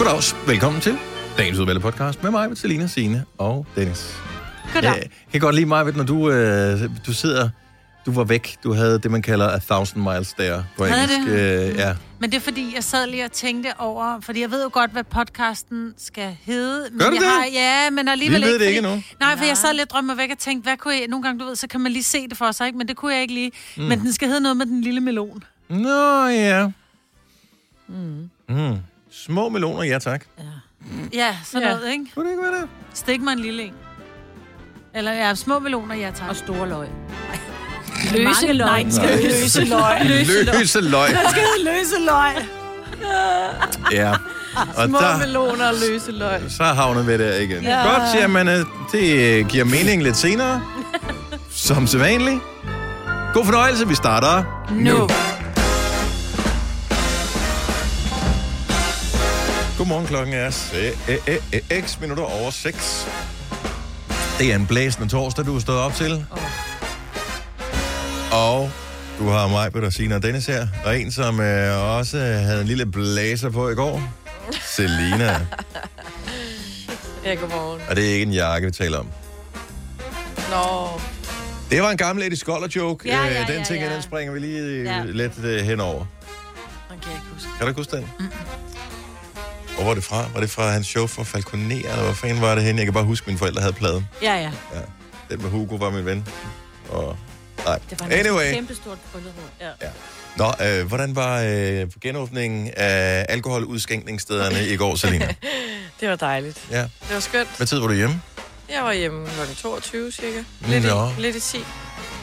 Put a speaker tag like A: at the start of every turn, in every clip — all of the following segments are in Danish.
A: Claus, velkommen til dagens udvalgte podcast med mig, Selina, Signe og Dennis.
B: Goddag.
A: Jeg kan godt lide mig, når du, øh, du sidder, du var væk, du havde det, man kalder a thousand miles stare på
B: Havde
A: engelsk.
B: det?
A: Øh, ja.
B: Men det er fordi, jeg sad lige og tænkte over, fordi jeg ved jo godt, hvad podcasten skal hedde. Men
A: Gør du
B: jeg
A: det?
B: Har, ja, men alligevel
A: Vi ved det
B: ikke.
A: ikke
B: fordi-
A: endnu.
B: Nej, for jeg sad lidt og drømte mig væk og tænkte, hvad kunne jeg... Nogle gange, du ved, så kan man lige se det for sig, ikke? Men det kunne jeg ikke lige. Mm. Men den skal hedde noget med den lille melon.
A: Nå ja. Mm. Mm. Små meloner, ja tak.
B: Ja, sådan
C: Ja.
B: noget, ikke?
A: Kunne det ikke være det?
B: Stik mig en lille en. Eller ja, små meloner, ja tak.
C: Og store løg.
D: Løse
C: Mange løg.
D: løgn.
C: Skal løse løg.
A: Løse løg.
C: Skal løse løg.
A: Ja. Og
C: Små
A: der,
C: meloner og løse løg.
A: så havner vi der igen. Ja. Godt, jamen, øh, det øh, giver mening lidt senere. Som sædvanligt. God fornøjelse, vi starter nu. nu. Godmorgen, klokken er 6 minutter over 6. Det er en blæsende torsdag, du er stået op til. Og du har mig, Peter Signe og Dennis her. Og en, som øh, også havde en lille blæser på i går. Selina.
C: Ja, godmorgen.
A: Og det er ikke en jakke, vi taler om.
C: Nå.
A: Det var en gammel Eddie Scholler joke.
B: Ja, ja,
A: Øh, den
B: ja,
A: ting,
B: ja.
A: den springer vi lige øh,
B: Ja.
A: lidt øh, henover.
C: Den kan jeg ikke huske.
A: Kan du ikke huske den? Og hvor var det fra? Var det fra hans show for Falconer, eller hvor fanden var det henne? Jeg kan bare huske, at mine forældre havde pladen.
C: Ja, ja.
A: Ja. Den med Hugo var min ven. Og... Nej.
C: Det var
A: Anyway.
C: et kæmpestort bryllupråd. Ja.
A: Ja. Nå, øh, hvordan var øh, genåbningen af alkoholudskænkningsstederne i går, Selina?
C: Det var dejligt.
A: Ja.
C: Det var skønt.
A: Hvad tid var du hjemme?
C: Jeg var hjemme kl. 22 cirka.
A: Lidt
C: Lidt,
A: i- Mm, Nå.
C: i, lidt i 10.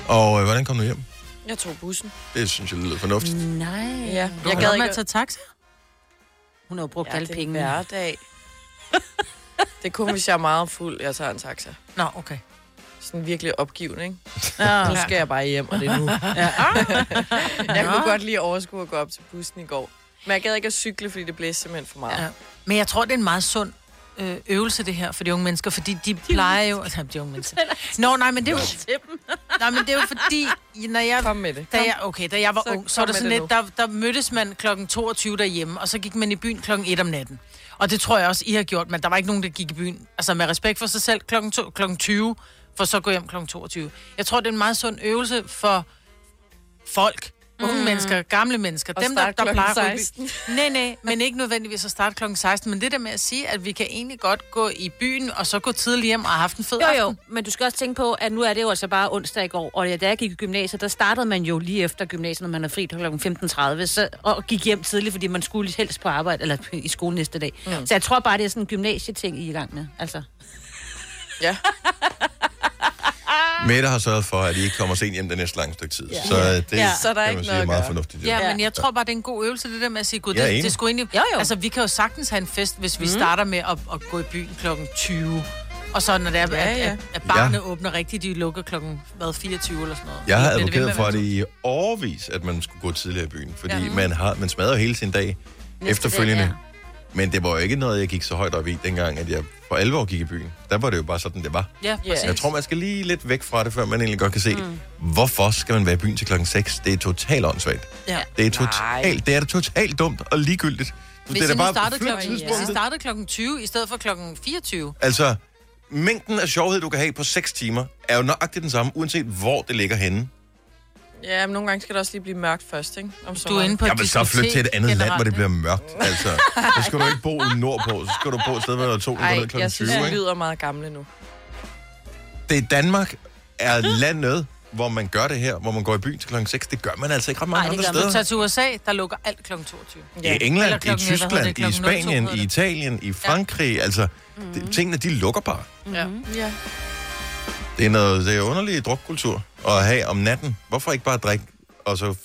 A: Og øh, hvordan kom du hjem?
C: Jeg tog bussen.
A: Det synes jeg lyder fornuftigt.
D: Nej.
C: Ja. Jeg
B: Gad
C: gad
B: man
C: ikke
B: at tage taxa?
D: Hun har jo brugt
C: Ja,
D: alle
C: det er
D: pengene.
C: hverdag. Det er kun, hvis jeg er meget fuld, jeg tager en taxa.
B: Nå, okay.
C: Sådan virkelig opgivende, ikke? Nu skal jeg bare hjem, og det er nu.
B: Ah.
C: jeg kunne godt lige overskue at gå op til bussen i går. Men jeg gad ikke at cykle, fordi det blæste simpelthen for meget.
B: Ja. Men jeg tror, det er en meget sund øh, øvelse, det her, for de unge mennesker, fordi de plejer jo... Altså, de unge mennesker. Nå, nej, men det er jo... Nej, men det er jo fordi, når jeg...
C: Kom med det.
B: Da jeg, okay, da jeg var
C: Så
B: ung,
C: kom
B: så var der
C: med
B: sådan
C: det
B: lidt, der, der mødtes man kl. 22 derhjemme, og så gik man i byen kl. 1 om natten. Og det tror jeg også, I har gjort, men der var ikke nogen, der gik i byen. Altså med respekt for sig selv kl. 2, kl. 20, for så at gå hjem kl. 22. Jeg tror, det er en meget sund øvelse for folk, unge mm. mennesker, gamle mennesker,
C: Og
B: dem, der,
C: starte
B: der
C: klokken
B: plejer at ryge
C: 16.
B: Nej, nej, men ikke nødvendigvis at starte kl. 16, men det der med at sige, at vi kan egentlig godt gå i byen, og så gå tidligt hjem og have haft en fed
D: Jo, jo,
B: aften.
D: men du skal også tænke på, at nu er det jo altså bare onsdag i går, og ja, da jeg gik i gymnasiet, der startede man jo lige efter gymnasiet, når man er fri kl. 15.30, så, og gik hjem tidligt, fordi man skulle helst på arbejde, eller i skole næste dag. Mm. Så jeg tror bare, det er sådan en gymnasieting, I er i gang med. Altså,
C: Ja.
A: Mette har sørget for, at I ikke kommer sent hjem det næste lange stykke tid. Ja. Så øh, det ja.
C: Ja. Så der er
A: kan man
C: ikke
A: sige
C: noget
A: er
C: at
A: meget
C: gøre.
A: fornuftigt.
B: Ja, men jeg tror bare, det er en god øvelse, det der med at sige, gud,
A: Jeg er
B: det,
A: enig.
B: det skulle egentlig...
D: Jo, jo.
B: Altså, vi kan jo sagtens have en fest, hvis vi starter med at, at gå i byen kl. 20. Og så når det er, ja,
C: Ja,
B: ja.
C: ja.
B: at, at barnet
A: Ja.
B: ja. åbner rigtigt, de lukker klokken hvad, 24 eller sådan noget.
A: Jeg har
B: Bliver det ved med
A: advokeret
B: at
A: for
B: være
A: det i årvis, at man skulle gå tidligere i byen, fordi ja. man, har, man smadrer jo hele sin dag Næste efterfølgende.
D: dag,
A: Dag, ja. Men det var jo ikke noget, jeg gik så højt op i, dengang at jeg for alvor gik i byen. Der var det jo bare sådan, det var.
B: Ja,
C: Ja.
B: præcis.
A: Jeg tror, man skal lige lidt væk fra det, før man egentlig godt kan se, mm. hvorfor skal man være i byen til klokken 6? Det er totalt åndssvagt.
B: Ja.
A: Det er
C: Nej.
A: totalt, det er da totalt dumt og ligegyldigt. Du,
B: Hvis
A: det er
B: I
A: da
B: nu
A: bare
B: startede
A: flyt
B: klokken, hvis I
A: tidspunktet.
B: startede klokken 20 i stedet for klokken 24.
A: Altså, mængden af sjovhed, du kan have på 6 timer, er jo nøjagtigt den samme, uanset hvor det ligger henne.
C: Ja, men nogle gange skal det også lige blive mørkt først, ikke? Om
B: Du er inde på et
A: Jeg vil så
B: diskotek
A: flytte til et andet land, hvor det
B: generelt,
A: bliver mørkt. Altså, så skal du ikke bo i nordpå, så skal du bo et sted, hvor der er solen går
C: Ej,
A: ned kl.
C: jeg
A: 20.
C: synes, det
A: ikke?
C: lyder meget gamle nu.
A: Det er Danmark er landet, hvor man gør det her, hvor man går i byen til klokken 6. Det gør man altså ikke ret mange
D: Ej, det
A: andre
D: gør man.
A: steder.
B: Så tager til USA, der lukker alt kl. 22.
A: I
B: Eller
A: England, i
B: klokken, hvad hedder det,
A: Tyskland, i
B: klokken 02
A: Spanien,
B: hedder
A: i
B: det.
A: Italien, i Frankrig. Altså, det, tingene, de lukker bare.
B: Mm-hmm.
C: Ja. ja.
A: Det er noget det er underlig drukkultur at have om natten. Hvorfor ikke bare drikke, og så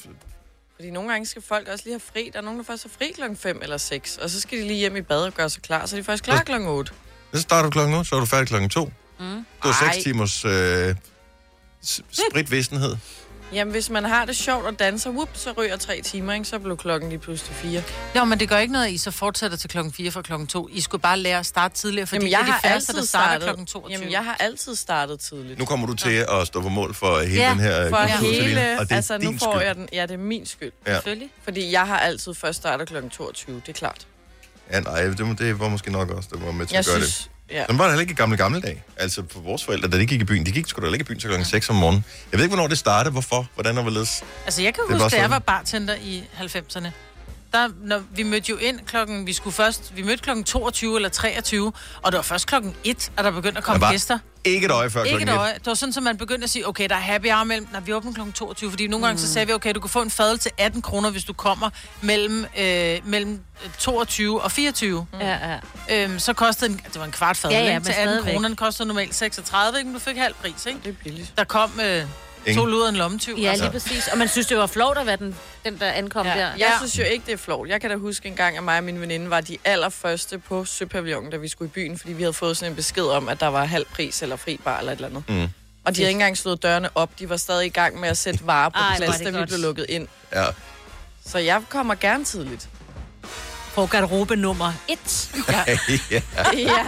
C: Fordi nogle gange skal folk også lige have fri. Der er nogen, der først har fri klokken 5 eller 6, og så skal de lige hjem i bad og gøre sig klar, så er de først klar klokken 8.
A: Så starter du klokken 8, så er du færdig klokken 2. Mm. Det var
C: Ej.
A: 6 timers øh, s- spritvistenhed.
C: Jamen, hvis man har det sjovt og danser, whoop, så ryger tre timer, ikke? Så blev klokken lige pludselig 4.
B: Nå, men det gør ikke noget, at I så fortsætter til klokken 4 fra klokken 2. I skulle bare lære at starte tidligere, fordi
C: Jamen,
B: jeg
C: jeg
B: det er
C: har
B: de færreste, der
C: altid
B: starter
C: startet
B: klokken 22.
C: Jamen, jeg har altid startet tidligt.
A: Nu kommer du til at stå på mål for hele
B: Ja,
A: den her øh,
C: For
A: kultur, Selina,
C: hele,
A: og det er
C: altså nu
A: din
C: får
A: skyld.
C: jeg den, ja det er min skyld.
A: Ja.
D: selvfølgelig.
C: Fordi jeg har altid først startet kl. 22, det er klart.
A: Ja, nej, det, må- det var måske nok også, det var med til
C: Jeg
A: at gøre
C: synes...
A: det.
C: Ja.
A: Sådan var det heller ikke i gamle, gamle dage. Altså, for vores forældre, da de gik i byen, de gik sgu da heller ikke i byen til klokken 6 om morgenen. Jeg ved ikke, hvornår det startede, hvorfor, hvordan og hvorledes.
B: Altså, jeg kan
A: Det er
B: huske,
A: bare
B: da
A: sådan.
B: jeg var bartender i 90'erne. Der, når vi mødte jo ind klokken, vi skulle først, vi mødte klokken 22 eller 23, og det var først klokken 1, at der begyndte at komme
A: Der var
B: gæster.
A: Ikke et øje før
B: Ikke
A: klokken
B: et
A: 1.
B: øje. Det var sådan, at man begyndte at sige, okay, der er happy hour mellem, når vi åbner klokken 22, fordi nogle
A: Mm.
B: gange så sagde vi, okay, du kan få en fadel til 18 kroner, hvis du kommer mellem, øh, mellem 22 og 24.
D: Ja, Mm. ja.
B: Øhm, så kostede en, det var en kvart fadel,
D: Ja, ja,
B: ikke?
D: men
B: til 18
D: stadigvæk.
B: kroner, den kostede normalt 36, ikke? men du fik halv pris, ikke?
C: Det er billigt.
B: Der kom øh,
A: Ingen.
B: to luder en lommetyv. altså.
D: ja, lige præcis. Og man synes, det var flot at være den, den der ankom
C: Ja.
D: der.
C: Jeg synes jo ikke, det er flot. Jeg kan da huske en gang, at mig og min veninde var de allerførste på Søpavillonen, da vi skulle i byen, fordi vi havde fået sådan en besked om, at der var halv pris eller fri bar eller et eller andet.
A: Mm.
C: Og de havde ikke engang slået dørene op. De var stadig i gang med at sætte varer på
D: Ej, hvor er
C: plads,
D: det
C: da vi
D: godt.
C: blev lukket ind.
A: Ja.
C: Så jeg kommer gerne tidligt.
D: På garderobe nummer et.
A: ja.
C: ja.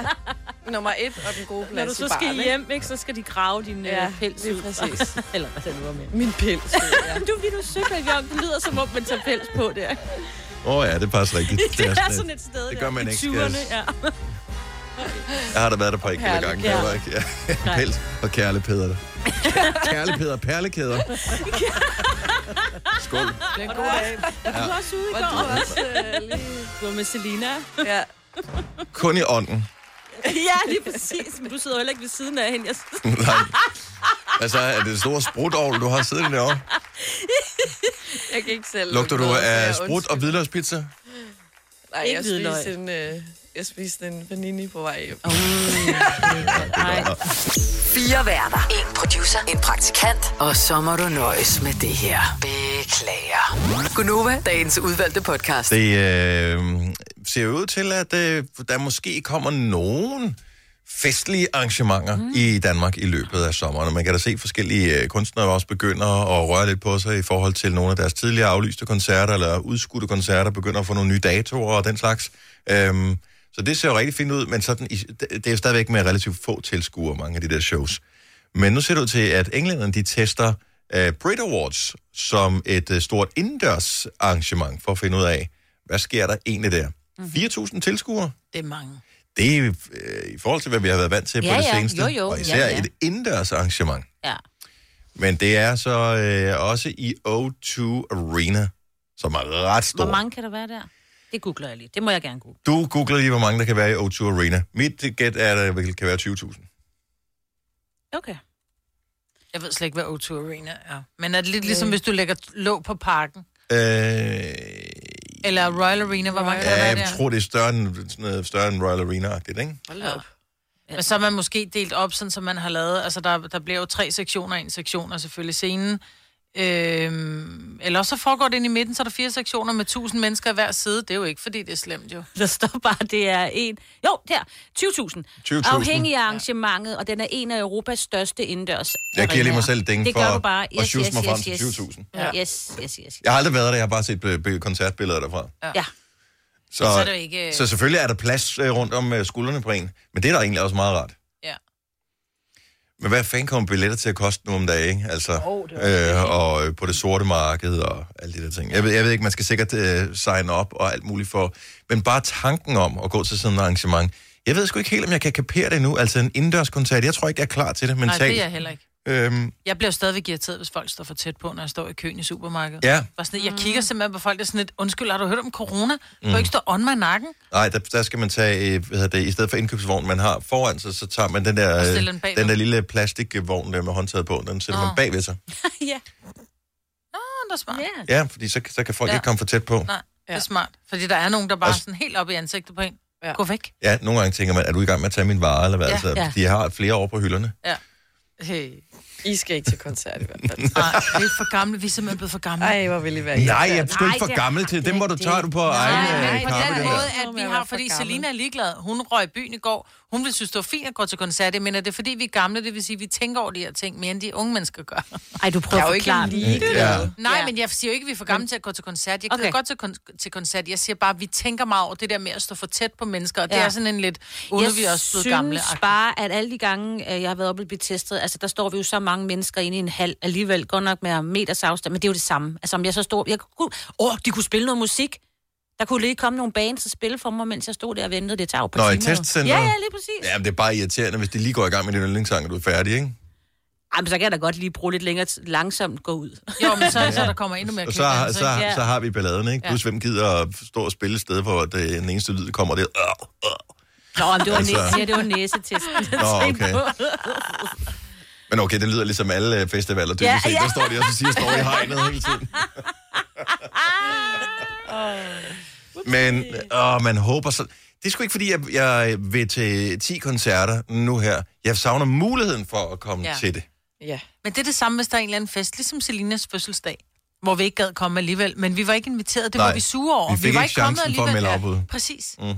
C: Nummer et og den gode plads
D: Når du så
C: i baren,
D: skal
C: ikke?
D: hjem, ikke, så skal de grave din
C: Ja,
D: ja, pels
C: lige
D: ud.
C: præcis.
D: Eller hvad det nu var med.
C: Min pels. Ja.
D: Du vil du søpavillon, det lyder som om, man tager pels på der.
A: Åh oh, ja, det passer rigtigt.
D: Det er sådan et sted
A: det
D: der.
A: gør man
D: I
A: ikke,
D: 20'erne,
A: yes.
D: ja.
A: Jeg har da været der på enkelte gange.
D: perlekæder.
A: Ja. Var, ikke- ja. Pels og kærlepæder. kærlepæder, perlekæder. Skål.
C: Det er en god dag.
D: Du var også ude i
C: Var
D: går.
C: du også øh, lige...
D: Du var med Selina.
C: Ja.
A: Kun i ånden.
D: ja, lige præcis. Men du sidder jo heller ikke ved siden af hende. Jeg synes,
A: Nej. Altså, er det store sprutovl, du har siddet derovre?
C: Jeg kan ikke selv...
A: Lugter du
C: lugte noget,
A: af
C: så jeg
A: sprut og hvidløgspizza?
C: undskyld. Nej,
D: Ikke
C: jeg
D: hvidløg.
C: spiste, en, øh, jeg spiste en panini på vej hjem.
D: nej.
E: Fire værter. En producer. En praktikant. Og så må du nøjes med det her. Beklager. Gunova, dagens udvalgte podcast.
A: Det øh, ser jo ud til, at øh, der måske kommer nogen festlige arrangementer mm. i Danmark i løbet af sommeren. Og man kan da se forskellige øh, kunstnere også begynder at røre lidt på sig i forhold til nogle af deres tidligere aflyste koncerter eller udskudte koncerter, begynder at få nogle nye datoer og den slags. Øhm, så det ser jo rigtig fint ud, men sådan, i- det- det er jo stadigvæk med relativt få tilskuere, mange af de der shows. Men nu ser det ud til, at englænderne de tester uh, Brit Awards som et uh, stort indendørs arrangement for at finde ud af, hvad sker der egentlig der?
D: Mhm.
A: 4.000 tilskuere?
B: Det er mange.
A: Det er øh, i forhold til, hvad vi har været vant til
D: Ja,
A: på det
D: ja.
A: seneste.
D: Jo, jo.
A: Og
D: Ja,
A: især
D: ja.
A: et indendørs arrangement.
D: Ja.
A: Men det er så øh, også i O2 Arena, som er ret stor.
D: Hvor mange kan der være der? Det googler jeg lige. Det må jeg gerne google.
A: Du googler lige, hvor mange der kan være i O2 Arena. Mit gæt er, at der kan være 20.000.
D: Okay.
B: Jeg ved slet ikke, hvad O2 Arena er. Men er det lidt
D: Øh.
B: ligesom, hvis du lægger låg på parken?
A: Øh,
B: Eller Royal Arena, hvor mange kan der
A: Ja,
B: være
A: jeg
B: der?
A: tror, det er større end, sådan noget, større end Royal Arena-agtigt, ikke?
C: Hold da op.
B: Men så er man måske delt op, sådan som man har lavet. Altså, der, der bliver jo tre sektioner. En sektion er selvfølgelig scenen. Øhm, eller også så foregår det ind i midten, så er der fire sektioner med 1000 mennesker i hver side. Det er jo ikke, fordi det er slemt jo.
D: Der står bare, det er en... Jo, der. 20.000.
A: 20.000.
D: Afhængig af arrangementet, og den er en af Europas største indendørs.
A: Jeg giver lige mig
D: arenaer.
A: selv ding
D: Det
A: for
D: gør du bare.
A: at
D: Yes,
A: sjuse
D: yes,
A: mig frem
D: yes,
A: til
D: yes.
A: 20.000.
D: Ja. Yes, yes, yes.
A: Jeg har aldrig været der, jeg har bare set øh, be- koncertbilleder derfra.
D: Ja.
A: Så,
B: så er det jo ikke-
A: så selvfølgelig er der plads øh, rundt om øh, skuldrene på en, men det er da egentlig også meget rart.
B: Ja.
A: Men hvad fanden kommer billetter til at koste nu om dagen, ikke? Altså, oh, øh, og øh, på det sorte marked og alle de der ting. Jeg ved, jeg ved ikke, man skal sikkert øh, signe op og alt muligt for, men bare tanken om at gå til sådan et arrangement, jeg ved sgu ikke helt, om jeg kan kapere det nu. Altså en indendørskoncert, jeg tror ikke, jeg er klar til det
B: Nej,
A: mentalt.
B: det er jeg heller ikke.
A: Øhm,
B: Jeg bliver stadigvæk irriteret, hvis folk står for tæt på, når jeg står i køen i supermarkedet.
A: ja,
B: Bare sådan, jeg kigger simpelthen på folk, der er sådan lidt, undskyld, har du hørt om corona? Du mm. ikke stå on mig i nakken
A: nej, der, der skal man tage, øh, hvad hedder det, i stedet for indkøbsvognen, man har foran sig, så tager man den der,
B: Og
A: øh,
B: stiller den bagved.
A: den der lille plastikvogn der med håndtaget på, den sætter
B: Nå.
A: man bagved sig.
D: ja.
B: Det er smart.
D: ja.
A: Ja, fordi så, så kan folk ja.
B: Ja.
A: ikke komme for tæt på.
B: Nej, det
C: Ja.
B: er smart. Fordi der er nogen, der bare
A: Og s-
B: er sådan helt op i ansigtet på en.
C: Ja.
B: Ja. Gå væk.
A: Ja, nogle gange tænker man, er du i gang med at tage min vare, eller hvad? Ja,
B: Ja,
A: altså, ja.
D: ja.
A: De har flere over på hylderne.
B: Hey.
C: I skal ikke til koncert i hvert fald.
B: Nej, vi er for gamle. Vi er simpelthen blevet for gamle.
C: Ej, hvor vil I være
A: Nej, jeg er
C: irriterende.
A: sgu ikke for
D: det er-
A: gammel til. Dem må du tage du på
B: Nej,
A: egen
B: men
A: øh,
B: på
A: kappe.
B: den
A: den
B: måde,
A: der.
B: at vi har, fordi
C: For gammel.
B: Selina er ligeglad. Hun røg i byen i går. Hun ville synes, det var fint at gå til koncert, men er det fordi, vi er gamle? Det vil sige, at vi tænker over de her ting mere, end de unge mennesker gør.
D: Ej, du
C: Jeg
D: prøver
C: er
D: at
C: jo ikke
D: forklare. den.
C: lige
A: Ja.
B: Nej,
D: Ja.
B: ja. men jeg siger jo ikke, at vi er for
C: Mm.
B: gamle til at gå til koncert. Jeg gider
D: Okay.
B: okay. godt til, kon- til koncert. Jeg siger bare, at vi tænker meget over det der med at stå for tæt på mennesker, og det
D: Ja.
B: er sådan en lidt, uden vi er også blevet gamle.
D: synes bare, at alle de gange, øh, jeg har været oppe og blive testet, altså der står vi jo så mange mennesker inde i en hal, alligevel godt nok med meters afstand, men det er jo det samme. Altså om jeg så står, jeg kunne, åh, de kunne spille noget musik. Der kunne lige komme nogle bands og spille for mig, mens jeg stod der og ventede. Det tager jo på
A: Nå, i
D: timer. jo.
A: testcenteret?
D: Ja, ja, lige præcis.
A: Jamen, det er bare irriterende, hvis det lige går i gang med din yndlingssang, og du er færdig, ikke?
D: Ej, men så kan jeg da godt lige bruge lidt længere tid, langsomt gå ud.
B: Jo, men så, så der kommer endnu mere
A: Og så,
B: klip,
A: har-
B: altså,
A: så,
B: ikke?
A: så, så har vi balladen, ikke?
D: Ja.
A: Plus, hvem gider at stå og spille et sted, hvor det, den eneste lyd der kommer, det er... Øh, øh.
D: Nå, men det var,
A: Altså-
D: altså... næse, ja, det var næsetesten. jeg
A: Nå,
D: tænkte
A: okay.
D: på.
A: Men okay, det lyder ligesom alle øh, festivaler, dybest
D: Ja,
A: set.
D: ja.
A: Der står de også og siger, står i hegnet hele tiden. Men åh, man håber så... Det er sgu ikke, fordi jeg, jeg vil til 10 koncerter nu her. Jeg savner muligheden for at komme ja.
B: Ja.
A: til det.
C: Ja.
B: Men det er det samme, hvis der er en eller anden fest, ligesom Selinas fødselsdag, hvor vi ikke gad komme alligevel, men vi var ikke inviteret, det
A: Nej,
B: var vi sure over.
A: vi fik
B: var
A: ikke chancen for at melde
B: alligevel.
A: afbud.
B: Ja, præcis.
A: Mhm.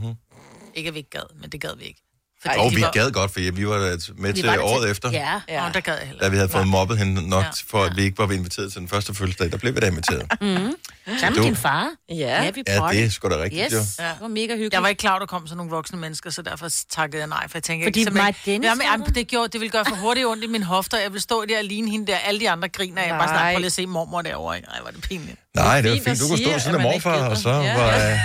B: Ikke at vi ikke gad, men det gad vi ikke.
C: Ej,
A: Og
B: de
A: vi
B: var-
A: gad godt, for vi var da med
D: Vi
A: til
D: var der
A: året efter.
D: Ja.
B: Ja.
C: ja.
B: Nå, der gad jeg heller
A: da vi havde fået mobbet hende nok,
B: Ja.
A: for at vi ikke var inviteret til den første fødselsdag, der blev vi da inviteret.
D: Mm-hmm. Sammen med
A: Du-
D: din far.
C: Ja.
D: Happy
A: ja,
D: party.
A: det er sgu da rigtigt,
D: Yes,
A: jo.
B: Ja.
D: det var mega hyggeligt.
B: Jeg var ikke klar, over, der kom sådan nogle voksne mennesker, så derfor takkede jeg nej, for jeg tænkte,
D: Fordi
B: jeg kan simpelthen
D: Maja Dennis
B: Jamen,
D: var
B: jamen,
D: der?
B: det, gjorde, det ville gøre for hurtigt ondt i min hofter, jeg ville stå der og ligne hende der, alle de andre griner, jeg bare
C: Nej.
B: snart på lige at se mormor derovre. ikke? Ej, var det pinligt.
A: Nej, det var
C: fint
A: fint.
C: at
A: Du kunne stå
C: sige,
A: ved siden af
C: at man ikke
A: morfar,
C: gider.
A: og så
C: Ja.
A: var øh,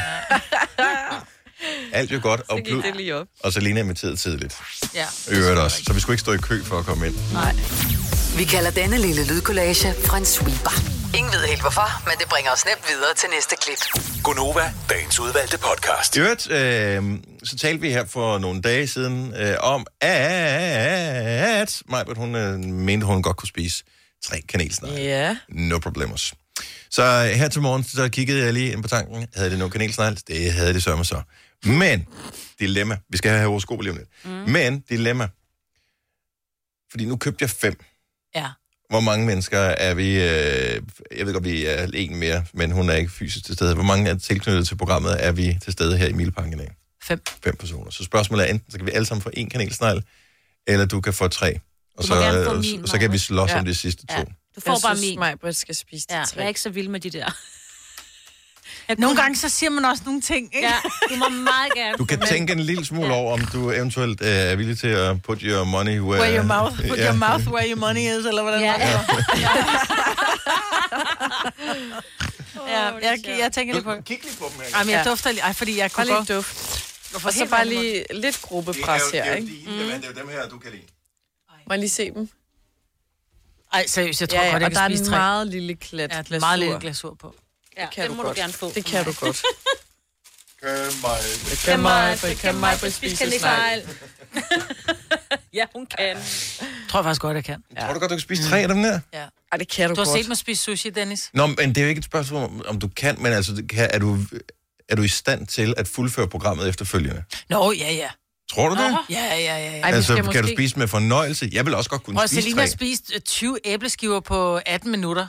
A: alt jo godt. Og,
C: Så gik det lige op.
A: og så Lena inviteret tidligt.
B: Ja.
A: I Øvrigt også. Så vi skulle ikke stå i kø for at komme ind.
E: Vi kalder denne lille lydkollage Frans sweeper. Ingen ved helt hvorfor, men det bringer os nemt videre til næste klip.
F: Gunova, dagens udvalgte podcast.
A: I øvrigt, øh, så talte vi her for nogle dage siden øh, om, at Majbert, hun øh, mente, hun godt kunne spise tre kanelsnegle.
C: Ja.
A: No problemos. Så øh, her til morgen, så kiggede jeg lige ind på tanken. Havde det nogen kanelsnegl? Det havde det sørme så. Men, dilemma. Vi skal have horoskop lige om lidt. Mm. Men, dilemma. Fordi nu købte jeg fem.
B: Ja.
A: Hvor mange mennesker er vi... Øh, jeg ved godt, vi er en mere, men hun er ikke fysisk til stede. Hvor mange er tilknyttet til programmet, er vi til stede her i Mileparken i dag?
B: Fem.
A: Fem personer. Så spørgsmålet er, enten så kan vi alle sammen få en kanelsnegl, eller du kan få tre. Og
D: Du
A: så,
D: må gerne få
A: øh,
D: min,
A: så, så kan vi
D: Maja.
A: slås ja. om
C: Ja.
A: de sidste to.
D: Ja.
A: Ja.
D: Du får
C: Jeg
D: bare
C: synes,
D: min.
C: mig, Britt skal spise de
D: Ja, jeg
C: tre.
D: er ikke så vild med de der. Jeg
B: Nogle
D: kunne-
B: gange så siger man også nogle ting, ikke?
D: Ja, du må meget gerne.
A: Du kan
C: Altså,
A: tænke en lille smule over, om du eventuelt øh, er villig til at put your money where...
B: Where your mouth, put
A: øh, Ja.
B: your mouth where your money is, eller hvordan
D: Ja,
B: det
D: ja.
B: ja. Jeg, jeg, jeg tænker lidt på...
A: Kig lige på dem her.
B: Ej, men jeg
C: Ja.
B: dufter lige... Ej, fordi jeg
C: Bare
B: kunne
C: lige
B: godt...
C: duft.
B: Hvorfor
C: Og så
B: helt
C: bare
B: vandet?
C: lige lidt gruppepres her, ikke? Mm.
A: det er jo dem her, du kan lide.
C: Må jeg lige se dem?
B: Ej, seriøst, jeg tror godt,
C: og
B: jeg
C: der
B: kan
C: er
B: spise
C: en
B: tre.
C: meget lille klat
B: Ja,
C: glasur.
B: meget lille glasur på.
D: Ja,
C: Kan
D: den
C: du
D: må
C: godt.
D: du gerne få.
C: Det kan du godt.
A: Køb
C: Kan mig, Britt, kan mig, Britt spise snegl.
D: Ja, hun kan.
B: Tror jeg faktisk godt, jeg kan.
A: Tror du godt, du kan spise tre af dem der?
B: Ja.
C: Ej, det kan du,
B: Du har
C: godt.
B: set mig spise sushi, Dennis.
A: Nå, men det er jo ikke et spørgsmål, om- om du kan, men altså, det kan, er, du, er du i stand til at fuldføre programmet efterfølgende?
B: Nå, ja, ja.
A: Tror du det?
B: Ja, ja, ja. ja.
C: Ej, vi
A: altså,
C: skal
A: kan du
C: måske-
A: spise med fornøjelse? Jeg vil også godt kunne
B: Prøv,
A: spise
B: Selina
A: tre.
B: har spist øh, 20 æbleskiver på 18 minutter.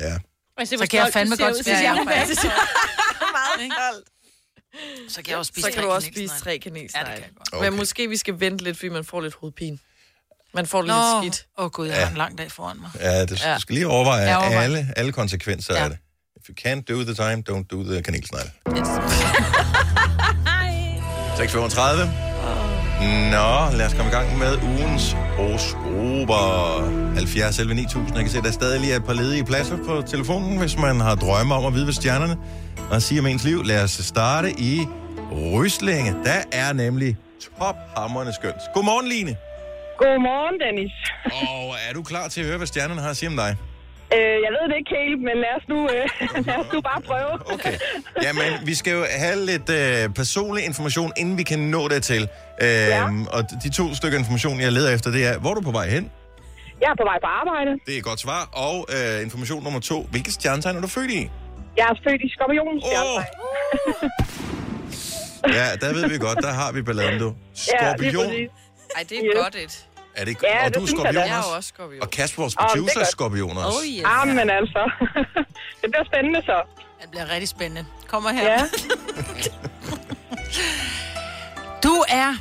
A: Ja.
B: Så kan jeg fandme godt spise.
C: Ja,
B: Ja,
C: ja, faktisk.
B: Så kan jeg også spise
C: Så kan
B: tre
C: du også
B: kanelsnegle.
C: spise tre
B: Ja, det kan
C: kanelsnegle.
B: jeg godt.
A: Okay.
C: Men måske vi skal vente lidt, fordi man får lidt hovedpine. Man får det
B: Nå,
C: lidt skidt.
B: åh oh, gud, jeg har en lang dag foran mig.
A: Ja, det,
C: Ja.
A: du skal lige overveje
B: Ja, overvej.
A: alle, alle konsekvenser ja.
B: Ja.
A: af det. If you can't do the time, don't do the kanelsnegle.
B: Yes.
A: 635. Nå, lad os komme i gang med ugens horoskoper. 70 11 9000. Jeg kan se, der stadig lige er et par ledige pladser på telefonen, hvis man har drømme om at vide, hvad stjernerne og sige om ens liv. Lad os starte i Ryslinge. Der er nemlig tophammerende skønt. Godmorgen, Line.
G: Godmorgen, Dennis.
A: Og er du klar til at høre, hvad stjernerne har at sige om dig?
G: Øh, jeg ved det ikke helt, men lad os nu, øh, lad os nu bare prøve.
A: Okay. Jamen, vi skal jo have lidt øh, personlig information, inden vi kan nå dertil. Øh, ja. Og de to stykker information, jeg leder efter, det er, hvor er du på vej hen?
G: Jeg er på vej på arbejde.
A: Det er et godt svar. Og øh, information nummer to. Hvilket stjernetegn er du født i?
G: Jeg er født i Skorpionens
A: Åh! ja, der ved vi godt. Der har vi balladen, du. Skorpion.
G: præcis.
C: Ej, det er
G: Yes.
C: godt et.
A: er det ikke?
G: Ja,
A: og
G: det
A: du er
G: synes jeg,
A: skorpion
G: det
C: Jeg er jo
A: også.
C: også skorpion.
A: Og Kasper, vores
G: Åh, det er
A: producer, er
G: godt.
A: skorpion også.
D: Oh, yes.
G: Ah, men altså. det bliver spændende så.
B: Det bliver rigtig spændende. Kommer her.
G: Ja.
B: Du er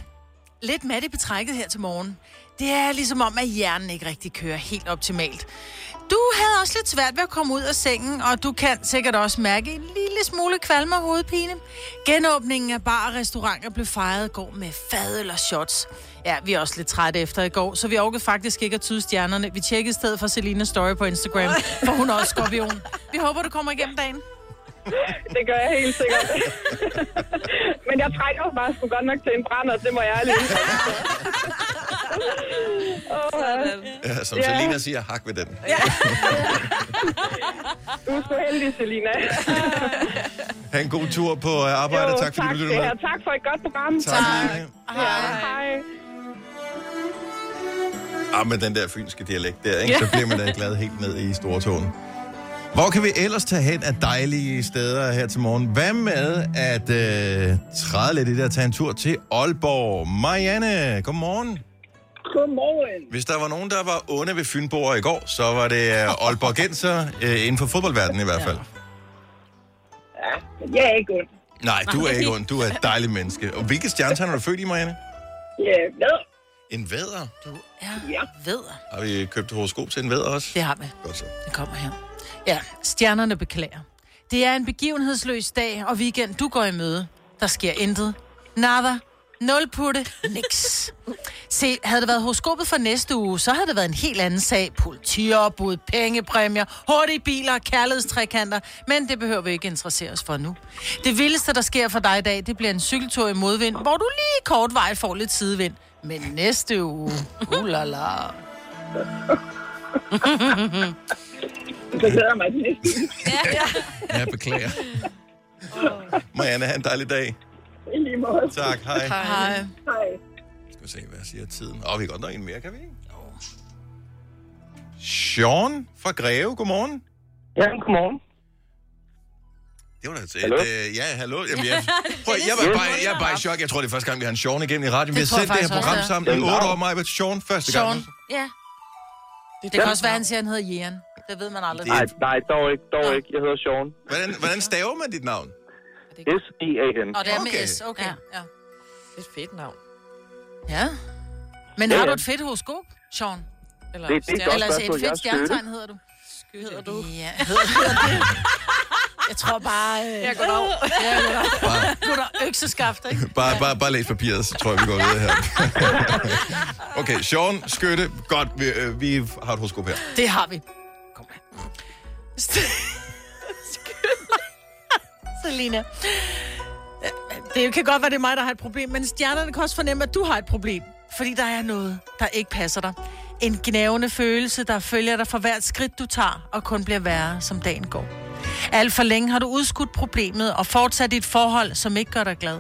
B: lidt mat i betrækket her til morgen. Det er ligesom om, at hjernen ikke rigtig kører helt optimalt. Du havde også lidt svært ved at komme ud af sengen, og du kan sikkert også mærke en lille smule kvalme og hovedpine. Genåbningen af bar og restauranter blev fejret i går med fad eller shots. Ja, vi er også lidt trætte efter i går, så vi orkede faktisk ikke at tyde stjernerne. Vi tjekkede i stedet for Selinas story på Instagram, for hun er også skorpion. Vi håber, du kommer igennem dagen.
G: det gør jeg helt sikkert. Men jeg trækker bare sgu godt nok til en brænder, det må jeg alene. Åh,
A: Ja, som
G: Ah. Ja.
A: Selina siger, hak ved den.
G: du er så heldig, Selina.
A: Ha' en god tur på øh, arbejde.
G: Jo,
A: tak fordi
G: tak,
A: du
G: det
A: lyttede med.
G: her. tak for et godt program.
A: Tak.
G: Ja, hej.
A: Ah, med den der fynske dialekt der, ikke? så bliver man da glad helt ned i stortåen. Hvor kan vi ellers tage hen af dejlige steder her til morgen? Hvad med at øh, træde lidt i det og tage en tur til Aalborg? Marianne, godmorgen.
G: Godmorgen.
A: Hvis der var nogen, der var onde ved Fynborg i går, så var det øh, Aalborgenser, øh, inden for fodboldverdenen i hvert fald.
G: Ja, men jeg er ikke ond.
A: Nej, du er ikke ond. Du er et dejligt menneske. Og hvilke stjernetegn er du født i, Marianne?
G: Ja, ved.
A: En vædder.
B: Du er
G: Ja.
B: vedder.
A: Har vi købt horoskop til en vædder også?
B: Det har vi.
A: Godt så.
B: Det kommer her. Ja, stjernerne beklager. Det er en begivenhedsløs dag og weekend, du går i møde. Der sker intet. Nada. Nul putte. Niks. Se, havde det været horoskopet for næste uge, så havde det været en helt anden sag. Politiopbud, pengepræmier, hurtige biler og kærlighedstrækanter. Men det behøver vi ikke interessere os for nu. Det vildeste, der sker for dig i dag, det bliver en cykeltur i modvind, hvor du lige kort vej får lidt sidevind. Men næste uge, ulala.
G: Så glæder jeg mig til næste uge.
A: Jeg beklager. Marianne, have en dejlig dag.
G: I lige måde.
A: Tak, hej.
B: Hej.
G: Hej.
A: Skal vi se, hvad siger tiden? Åh, vi kan godt nå en mere, kan vi ikke? Sean fra Greve, godmorgen.
G: Ja, godmorgen.
A: Det var da et,
G: Hallo?
A: øh, ja, hallo. Jamen, jeg, prøv, jeg, var bare, jeg er bare i chok. Jeg tror, det er første gang, vi har en Sean igennem i radioen. Vi har
B: Det tror
A: sendt det
B: jeg
A: her
B: faktisk
A: program
B: også, ja.
A: sammen i
G: Jamen,
A: 8 år,
G: navn.
A: mig med Sean første
B: Sean.
A: gang.
D: Ja.
B: Det kan også være, han siger, han hedder Jæren. Det ved man aldrig.
A: Det-
H: Nej, nej, dog ikke, dog ikke. Jeg hedder Sean.
A: Hvordan, hvordan staver man dit navn?
H: S-E-A-N.
B: Og det er med
A: Okay.
B: S, okay.
D: Ja.
B: Ja.
C: Det er et fedt navn.
B: ja. Men
H: Ja,
B: har
H: ja.
B: du et fedt horoskop, Sean?
C: Eller,
H: Det- det er
C: stjerne-
H: godt.
B: Eller altså et
H: spørgsmål. Jeg er
B: fedt stjernetegn
H: skytte.
B: hedder du?
C: hedder du.
B: Ja, hedder hedder det. Jeg tror bare... Øh...
C: Jeg går dog.
A: Bare,
B: Gutter, økseskaft, ikke?
A: bare, bare, bare læs papiret, så tror jeg, vi går videre her. okay, Sean, skytte. Godt, vi, øh, vi har et horoskop her.
B: Det har vi. Kom her. St- Selina. Det kan godt være, det er mig, der har et problem, men stjernerne kan også fornemme, at du har et problem. Fordi der er noget, der ikke passer dig. En gnavende følelse, der følger dig for hvert skridt, du tager, og kun bliver værre, som dagen går. Alt for længe har du udskudt problemet og fortsat i et forhold, som ikke gør dig glad.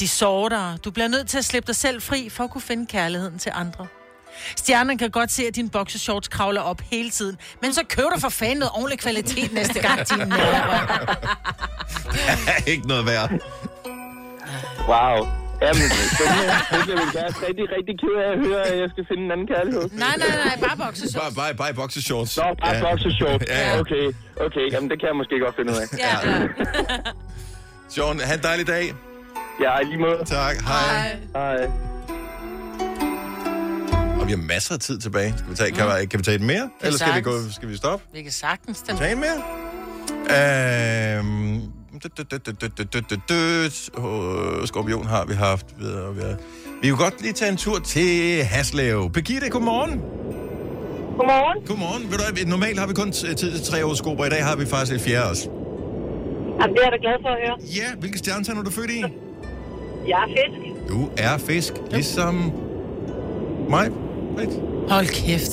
B: De sårer dig. Du bliver nødt til at slippe dig selv fri for at kunne finde kærligheden til andre. Stjernen kan godt se, at dine boxershorts kravler op hele tiden. Men så køb dig for fanden noget ordentlig kvalitet næste gang, din nærmere.
A: Ikke noget værd.
H: Wow. Jamen, den her, den bliver jeg være rigtig, rigtig ked af at høre, at jeg skal finde en anden kærlighed.
B: Nej, nej, nej, bare boxershorts.
A: Bare, bare, bare i boxershorts.
H: Nå, bare
A: Ja.
H: ja. boxershort.
A: Ja, ja.
H: Okay, okay. Jamen, det kan jeg måske godt finde ud af.
D: Ja.
A: Sean, have en dejlig dag.
H: Ja, i lige måde.
A: Tak, hej.
H: Hej.
A: Og vi har masser af tid tilbage. Skal vi tage, kan, vi, kan vi tage et mere? Eller skal vi, gå,
B: sagtens.
A: skal vi stoppe?
B: Vi kan sagtens den.
A: Tag en mere. Øhm, død, død, død, død, død, død, død, død. Åh, Skorpion har vi haft. videre og videre. Vi kunne godt lige tage en tur til Haslev. Birgitte, godmorgen.
G: Godmorgen.
A: Godmorgen. Ved du, hvad, normalt har vi kun t- tid til tre horoskoper. I dag har vi faktisk et fjerde også.
G: Jamen, det er jeg da glad for at høre.
A: Ja, hvilke stjernetegn er du født i?
G: Jeg er fisk.
A: Du er fisk, ligesom mig. Right.
B: Hold kæft.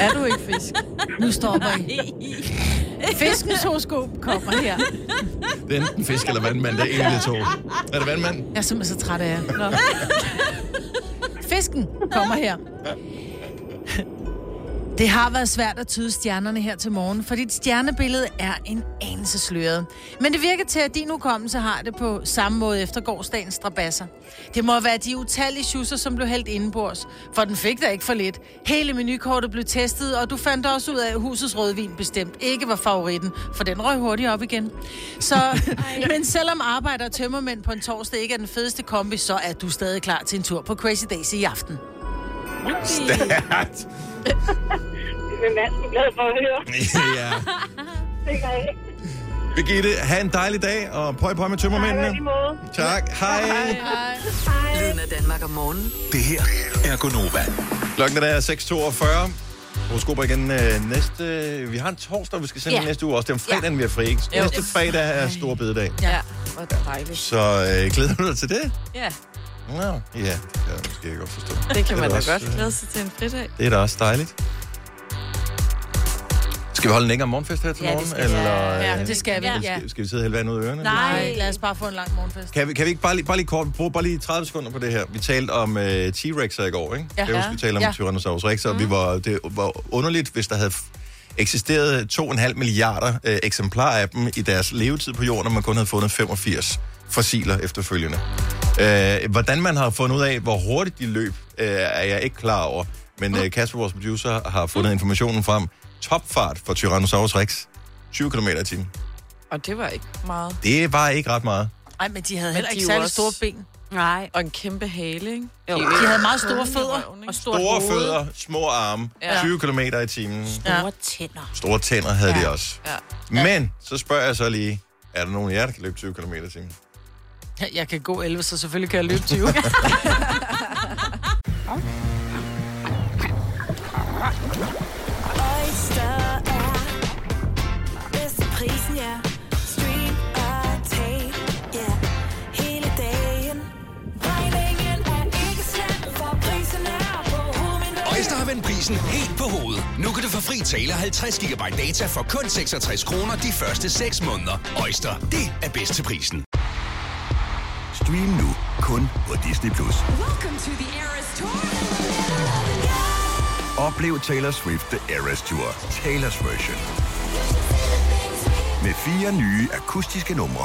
C: Er du ikke fisk?
B: Nu stopper I. Fiskens horoskop kommer her.
A: Det er enten fisk eller vandmand, det er en af de to. Er det vandmand?
B: Jeg er simpelthen så træt af jer. Nå. Fisken kommer her. Det har været svært at tyde stjernerne her til morgen, for dit stjernebillede er en anelse sløret. Men det virker til, at din hukommelse har det på samme måde efter gårdsdagens strabasser. Det må være de utallige schusser, som blev hældt indenbords, for den fik dig ikke for lidt. Hele menukortet blev testet, og du fandt også ud af, at husets rødvin bestemt ikke var favoritten, for den røg hurtigt op igen. Så, men selvom arbejder og tømmermænd på en torsdag ikke er den fedeste kombi, så er du stadig klar til en tur på Crazy Days i aften.
A: Stærkt.
G: Det er Mads, glad for at høre.
A: ja.
G: Det gør jeg.
A: Birgitte, have en dejlig dag, og prøv prøv med
G: Hej,
A: tømmermændene.
G: i lige måde.
A: Tak, hej.
E: Lyden af Danmark om morgenen.
F: Det her er Gonova.
A: Klokken er 6.42. horoskoper igen øh, næste... Vi har en torsdag, vi skal sende
D: Ja.
A: ja. næste uge også. Det er om fredagen, ja. vi har fri, ikke?
C: Jo.
A: Næste fredag er stor bededag.
D: Ja.
C: Hvor dejligt.
A: Så øh, glæder du dig til det?
D: Ja.
A: Nå, ja, det kan jeg måske godt forstå.
C: Det kan
A: er
C: man da
A: også,
C: godt
A: øh,
C: glæde sig til en fridag.
A: Det er da også dejligt. Skal vi holde en længere morgenfest her til
D: Ja, det
A: morgen?
D: skal vi.
A: eller, øh,
B: Ja, det skal vi.
D: Ja.
B: Ja.
A: skal, skal vi sidde og hælde vand ud af ørerne?
B: Nej, lad os bare få en lang morgenfest.
A: Kan vi, kan vi ikke bare lige, bare lige kort, vi bruger bare lige 30 sekunder på det her. Vi talte om øh, T-Rex'er i går, ikke?
B: Ja.
A: Det var, vi talte om
B: Ja.
A: ja. Tyrannosaurus Rex, og vi var, det var underligt, hvis der havde f- eksisteret 2,5 milliarder øh, eksemplarer af dem i deres levetid på jorden, og man kun havde fundet 85 fossiler efterfølgende. Øh, hvordan man har fundet ud af, hvor hurtigt de løb, øh, er jeg ikke klar over. Men øh, Kasper, vores producer, har fundet informationen frem. Topfart for Tyrannosaurus Rex. 20 km i timen.
C: Og det var ikke meget.
A: Det var ikke ret meget.
B: Nej, men de havde
C: Men
B: heller
C: de
B: ikke
C: er jo
B: særlig
C: også-
B: store ben.
D: Nej.
C: Og en kæmpe hale, ikke? Jo.
B: De havde meget store fødder
C: røven, ikke?
B: og stort
A: Store
B: hoved.
A: fødder, små arme,
C: Ja.
A: ja. 20 km i timen.
D: Store tænder.
A: Store tænder havde
D: Ja.
A: ja. de også.
C: Ja.
A: Men så spørger jeg så lige, er der nogen af jer, der kan løbe 20 km i timen?
B: Ja, Jeg kan gå 11, så selvfølgelig kan jeg løbe 20.
I: Oyster er bedst til prisen, ja. Stream og tag, ja. Hele dagen. Regningen er ikke slem, for prisen er på hovedet.
F: Øjster har vendt prisen helt på hovedet. Nu kan du få fri tale 50 GB data for kun 66 kroner de første 6 måneder. Øjster, det er bedst til prisen.
J: Stream nu kun på Disney+. Plus. Oplev Taylor Swift The Eras Tour, Taylor's version. Med fire nye akustiske numre.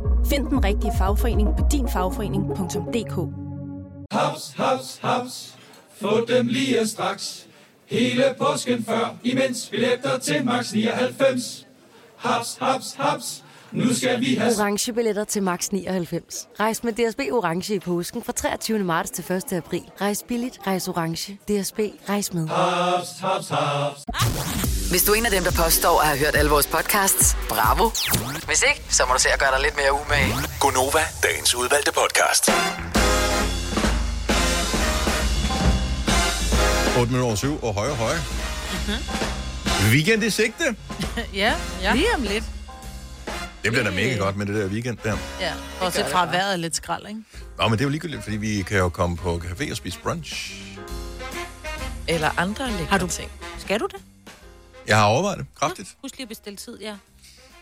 I: Find den rigtige fagforening på dinfagforening.dk
K: Haps, haps, haps. Få dem lige straks. Hele påsken før, imens billetter til max 99. Haps, haps, haps. Nu skal vi have
L: Orange billetter til max 99. Rejs med DSB Orange i påsken fra 23. marts til 1. april. Rejs billigt, rejs orange. DSB, rejs med.
K: haps, haps, haps.
E: Hvis du er en af dem, der påstår at have hørt alle vores podcasts, bravo. Hvis ikke, så må du se at gøre dig lidt mere umage.
F: Gonova, dagens udvalgte podcast.
A: 8 minutter over 7 og højre, højre. Mm-hmm. Weekend i sigte.
B: ja, ja, lige om lidt.
A: Det bliver da mega godt med det der weekend der.
B: Ja. Også fra vejret er lidt skrald, ikke?
A: Nå, men det er jo ligegyldigt, fordi vi kan jo komme på café og spise brunch.
C: Eller andre lækre
D: Har du-
C: ting.
D: Skal du det?
A: Jeg har overvejet det kraftigt.
D: Husk lige at bestille tid, ja.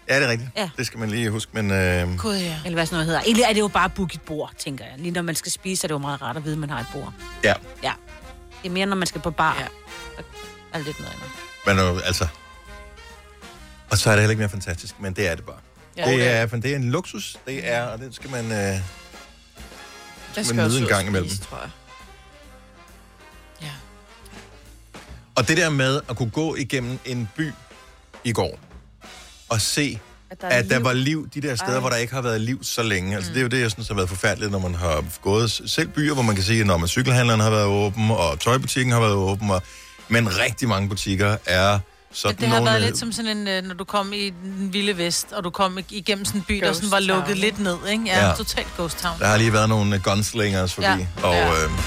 A: Ja, det er rigtigt.
D: Ja.
A: Ja. Det skal man lige huske, men... Øh,
B: Gud, ja.
D: Eller hvad sådan noget hedder. Egentlig er det jo bare at booke et bord, tænker jeg. Lige når man skal spise, er det jo meget rart at vide, at man har et bord.
A: ja,
D: Ja. Det er mere, når man skal på bar.
C: Ja.
D: Ja. Er det lidt noget andet.
A: men øh, altså... Og så er det heller ikke mere fantastisk, men det er det bare. Ja, det, er, men det er en luksus, det er, og den skal man... Øh,
C: Jeg
A: nyde
C: også
A: en
C: ud og
A: gang imellem.
C: spise, tror jeg.
A: Og det der med at kunne gå igennem en by i går og se,
C: At
A: at der
C: liv.
A: var liv de der steder,
C: Ej.
A: hvor der ikke har været liv så længe.
C: Mm.
A: Altså, det er jo det, jeg synes har været forfærdeligt, når man har gået s- selv byer, hvor man kan se, at når man cykelhandleren har været åben, og tøjbutikken har været åben, og, men rigtig mange butikker er sådan
B: Det har
A: nogle...
B: været lidt som sådan en, øh, når du kom i den vilde vest, og du kom ig- igennem sådan en by, der
C: Ghost
B: sådan var lukket
C: town.
B: lidt ned, ikke? Ja,
A: Ja.
B: totalt ghost town.
A: Der har lige været nogle øh, gunslingers forbi,
B: Ja.
A: ja. og,
C: Ja.
A: øh,
C: Men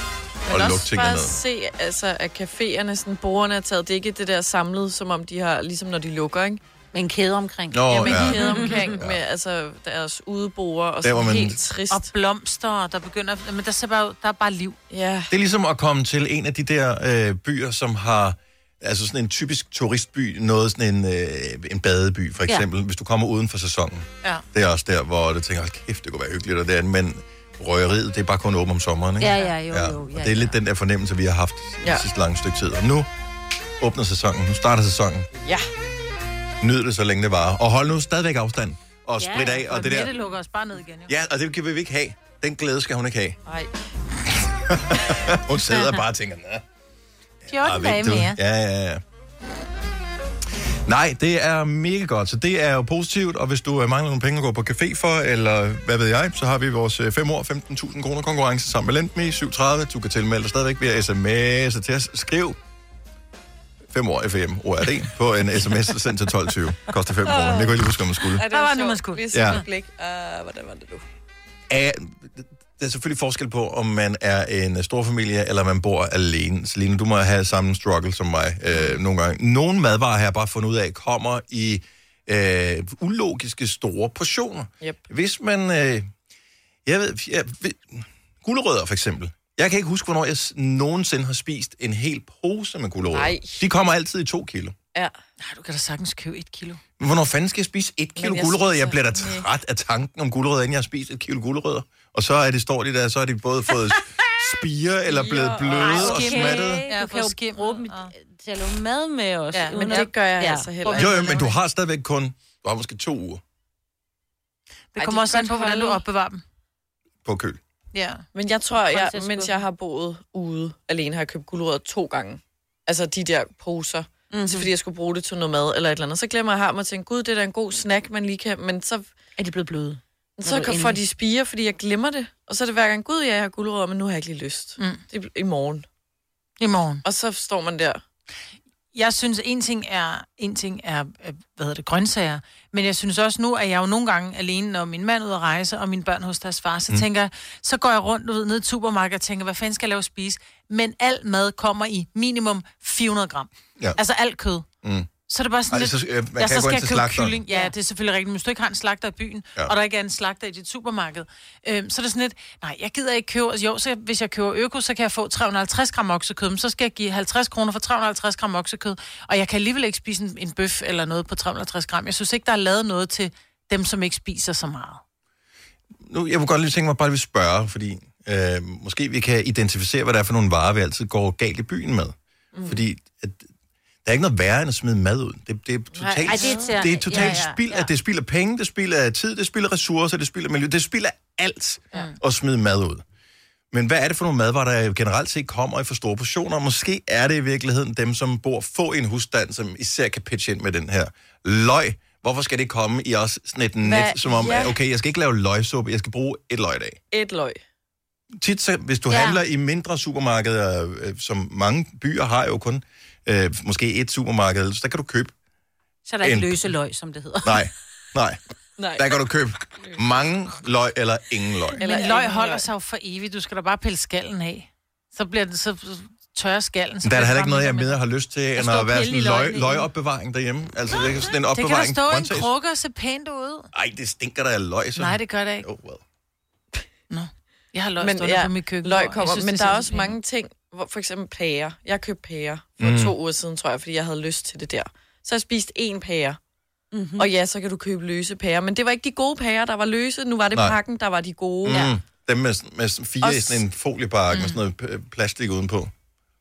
A: og lukke
C: også
A: tingene
C: bare
A: ned.
C: se, altså, at caféerne, sådan, borgerne er taget. Det er ikke det der samlet, som om de har, ligesom når de lukker, ikke?
D: Med en kæde omkring.
A: Nå,
C: Jamen,
A: ja.
C: ja. kæde omkring med altså, deres udeboer og
A: hvor
C: sådan
A: man-
C: helt trist.
B: Og blomster, og der begynder... Men der, ser bare, der er bare liv.
C: Ja,
A: Det er ligesom at komme til en af de der øh, byer, som har altså sådan en typisk turistby, noget sådan en, øh, en badeby for
D: Ja.
A: eksempel, ja. hvis du kommer uden for sæsonen.
B: Ja.
A: Det er også der, hvor du tænker, hold kæft, det kunne være hyggeligt, og det er, det, men røgeriet, det er bare kun åbent om sommeren, ikke?
D: Ja, ja, jo, jo.
A: og
D: Ja,
A: det er lidt den der fornemmelse, vi har haft ja.
C: Ja.
A: det sidste lange stykke tid. Og nu åbner sæsonen, nu starter sæsonen.
C: Ja.
A: Nyd det, så længe det varer. Og hold nu stadigvæk afstand, og sprit af, og det der...
B: lukker os bare ned igen, jo.
A: Ja, og det kan vi ikke have. Den glæde skal hun ikke have.
C: Nej.
A: hun sidder bare og tænker, nej.
B: 14 dage mere.
A: Ah, Ja, ja, ja. Nej, det er mega godt, så det er jo positivt, og hvis du øh, mangler nogle penge at gå på café for, eller hvad ved jeg, så har vi vores øh, 5 år 15.000 kroner konkurrence sammen med Lendme i 7.30. Du kan tilmelde dig stadigvæk via sms til os. Skriv 5 år FM ORD på en sms sendt til 12.20. Koster 5 kroner, det kunne jeg lige huske, om man skulle.
C: Ej,
B: Der var den,
C: sjovt.
B: man skulle.
C: Vi
A: Ja.
C: ja. et blik. Uh, hvordan var det nu?
A: er, der er selvfølgelig forskel på, om man er en øh, stor familie, eller man bor alene. Selina, du må have samme struggle som mig øh, nogle gange. Nogle madvarer har jeg bare fundet ud af, kommer i øh, ulogiske store portioner.
C: Yep.
A: Hvis man... Øh, jeg ved... Jeg, ved gulerødder for eksempel. Jeg kan ikke huske, hvornår jeg s- nogensinde har spist en hel pose med gulerødder.
B: Nej.
A: De kommer altid i to kilo.
C: Ja.
B: Nej, du kan da sagtens købe et kilo.
A: Men hvornår fanden skal jeg spise et kilo
B: Men jeg
A: gulerødder? Jeg
B: spiser-
A: bliver da træt af tanken om gulerødder, inden jeg har spist et kilo gulerødder. Og så er det, står de der, så har de både fået spire eller blevet bløde og smattede.
D: Du kan jo bruge dem til at lave mad med os.
C: Ja, men
D: uden
C: det
D: at-
C: gør jeg altså heller
A: Jo, jo, men du har stadigvæk kun, du har måske to uger
B: Det kommer også an på, hvordan du opbevarer dem.
A: på køl.
B: Ja.
C: Men jeg tror, jeg,
B: Grøntsagsskål.
C: mens jeg har boet ude alene, har jeg købt gulerødder to gange. Altså de der poser.
D: Mhm.
C: Mm-hmm. Så fordi jeg skulle bruge det til noget mad eller et eller andet. Så glemmer jeg ham og tænker, gud, det er da en god snack, man lige kan... Men så...
D: Er de blevet bløde?
C: Så
D: Når du
C: kan få
D: endelig-
C: de spire, fordi jeg glemmer det. Og så er det hver gang, gud, ja, jeg har gulerødder, men nu har jeg ikke lige lyst.
B: Mm.
C: Det er i morgen.
B: I morgen.
C: Og så står man der.
B: Jeg synes, en ting er, en ting er øh, hvad hedder det, grøntsager, men jeg synes også nu, at jeg jo nogle gange alene, når min mand er ude at rejse, og mine børn hos deres far, så
M: Mm.
B: mm. tænker jeg- så går jeg rundt ud ned i supermarkedet og tænker, hvad fanden skal jeg lave at spise? Men al mad kommer i minimum 400 gram.
A: Ja.
B: Ja. Altså alt kød.
A: Mm.
B: Så er det bare sådan
A: Ej,
B: lidt...
A: så, øh, man kan gå
B: så
A: ind
B: skal jeg
A: til
B: købe
A: slagteren.
B: kylling. Ja, det er selvfølgelig rigtigt. Men hvis du ikke har en slagter i byen,
A: Ja.
B: ja. og der ikke er en slagter i dit supermarked, øhm, så er det sådan lidt, nej, jeg gider ikke købe... altså, Jo, så hvis jeg køber øko, så kan jeg få 350 gram oksekød, men så skal jeg give 50 kroner for 350 gram oksekød, og jeg kan alligevel ikke spise en, en bøf eller noget på 350 gram. Jeg synes ikke, der er lavet noget til dem, som ikke spiser så meget.
A: Nu, jeg kunne godt lige tænke mig bare lige at spørge, fordi øh, måske vi kan identificere, hvad det er for nogle varer, vi altid går galt i byen med. Mm. Fordi at, der er ikke noget værre end at smide mad ud. Det, det er
D: Nej,
A: totalt,
D: ej, det er irriterende.
A: det er totalt
D: Ja,
A: ja,
D: ja,
A: ja, spild. Ja. At det spilder penge, det spilder tid, det spilder ressourcer, det spilder miljø. Det spilder alt ja. at smide mad ud. Men hvad er det for nogle madvarer, der generelt set kommer i for store portioner? Måske er det i virkeligheden dem, som bor få i en husstand, som især kan pitche ind med den her løg. Hvorfor skal det komme i også sådan et net,
C: Hvad-
A: som om,
C: ja.
A: ja. okay, jeg skal ikke lave løgsuppe, jeg skal bruge et løg i dag?
C: Et løg.
A: tit, så, hvis du ja.
C: Ja.
A: handler i mindre supermarkeder, øh, som mange byer har jo kun, øh, måske et supermarked, så der kan du købe,
D: Så er der ikke
A: En-
D: løse løg, som det hedder.
A: nej, nej,
C: Nej.
A: der kan du købe mange løg eller ingen løg.
B: Eller men løg holder sig jo for evigt. Du skal da bare pille skallen af. Så bliver det så tørrer skallen. Så
A: Der er da
B: bliver
A: heller
B: det
A: ikke noget, jeg mere har lyst til, end
B: står
A: at være
B: pille i
A: sådan en
B: løgene.
A: løg, løgopbevaring derhjemme. Altså, det er sådan
B: bare- Det kan
A: en
B: der
A: opbevaring.
B: stå i en
A: grøntsags.
B: krukke og se pænt ud.
A: Ej, det stinker der af løg, så.
B: Nej, det gør det ikke.
A: Oh, well.
B: Jeg har løg
C: Men
B: stående
C: ja,
B: på mit køkken.
C: løg kommer, synes, men der er også mange ting, hvor for eksempel pærer. Jeg købte pærer for
B: Mm.
C: mm. to uger siden, tror jeg, fordi jeg havde lyst til det der. Så har jeg spist én pære. Mm-hmm. Og ja, så kan du købe løse pærer. Men det var ikke de gode pærer, der var løse. Nu var det
A: Nej.
C: Nej. pakken, der var de gode.
A: Mm,
C: Ja.
A: ja. Dem med, sådan- med sådan fire i
C: Og s-
A: sådan en foliepakke mm. med sådan noget p- plastik udenpå.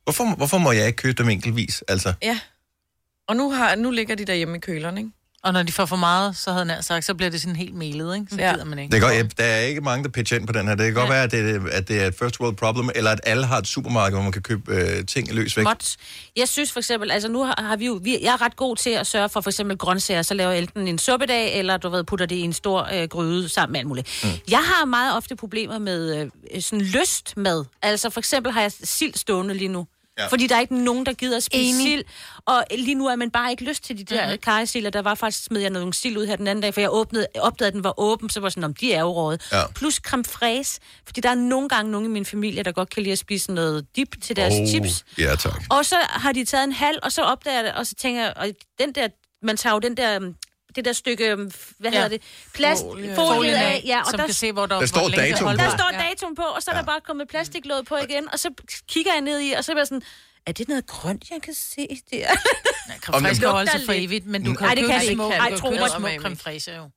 A: Hvorfor, hvorfor må jeg ikke købe dem enkeltvis? Altså,
C: ja. Og nu, har, nu ligger de derhjemme i køleren, ikke?
B: Og når de får for meget, så havde han sagt, så bliver det sådan helt melet, ikke? Så ja. gider man ikke.
A: Det kan godt, ja, der er ikke mange, der pitcher ind på den her. Det kan godt være, at det, at det er et first world problem, eller at alle har et supermarked, hvor man kan købe øh, ting løs væk.
D: Godt. Jeg synes for eksempel, altså nu har, har vi jo, vi, jeg er ret god til at sørge for for eksempel grøntsager, så laver jeg enten en suppedag, eller du ved, putter det i en stor øh, gryde sammen med alt muligt. Mm. Jeg har meget ofte problemer med øh, sådan lyst med. Altså for eksempel har jeg sild stående lige nu.
M: Ja.
D: Ja. Fordi der er ikke nogen, der gider at spise
M: Enig.
D: Enig. sild. Og lige nu er man bare ikke lyst til de der mm-hmm. karresild, og der var faktisk, smed jeg nogle sild ud her den anden dag, for jeg åbnede, opdagede, at den var åben, så var jeg sådan, om de er jo røget.
M: Ja.
D: Ja. Plus creme fraise, fordi der er nogle gange nogen i min familie, der godt kan lide at spise noget dip til deres oh. chips.
A: Ja, tak.
D: Og så har de taget en halv, og så opdager jeg det, og så tænker jeg, og den der, man tager jo den der, øhm, det der stykke, øhm, hvad
B: Ja.
D: ja. hedder det, plast,
B: Folie.
D: folie,
B: Folien
D: folie
B: af,
D: af, ja, og
B: som kan se, hvor der-
A: Der står hvor længe det datoen holder.
D: Der
A: på.
D: står
A: Ja.
D: datoen på, og så er der bare kommet plastiklåd på igen, og så kigger jeg ned i, og så er jeg sådan, er det noget grønt, jeg kan se der?
B: Creme fraiche kan holde sig for evigt, men du kan
D: Nej,
B: jo
D: Mm. det
B: købe
D: kan det
B: små,
D: ikke.
B: Ej,
D: Ej,
B: du
D: tro
B: kan købe
D: mig,
B: små
D: små
B: creme fraiche, jo.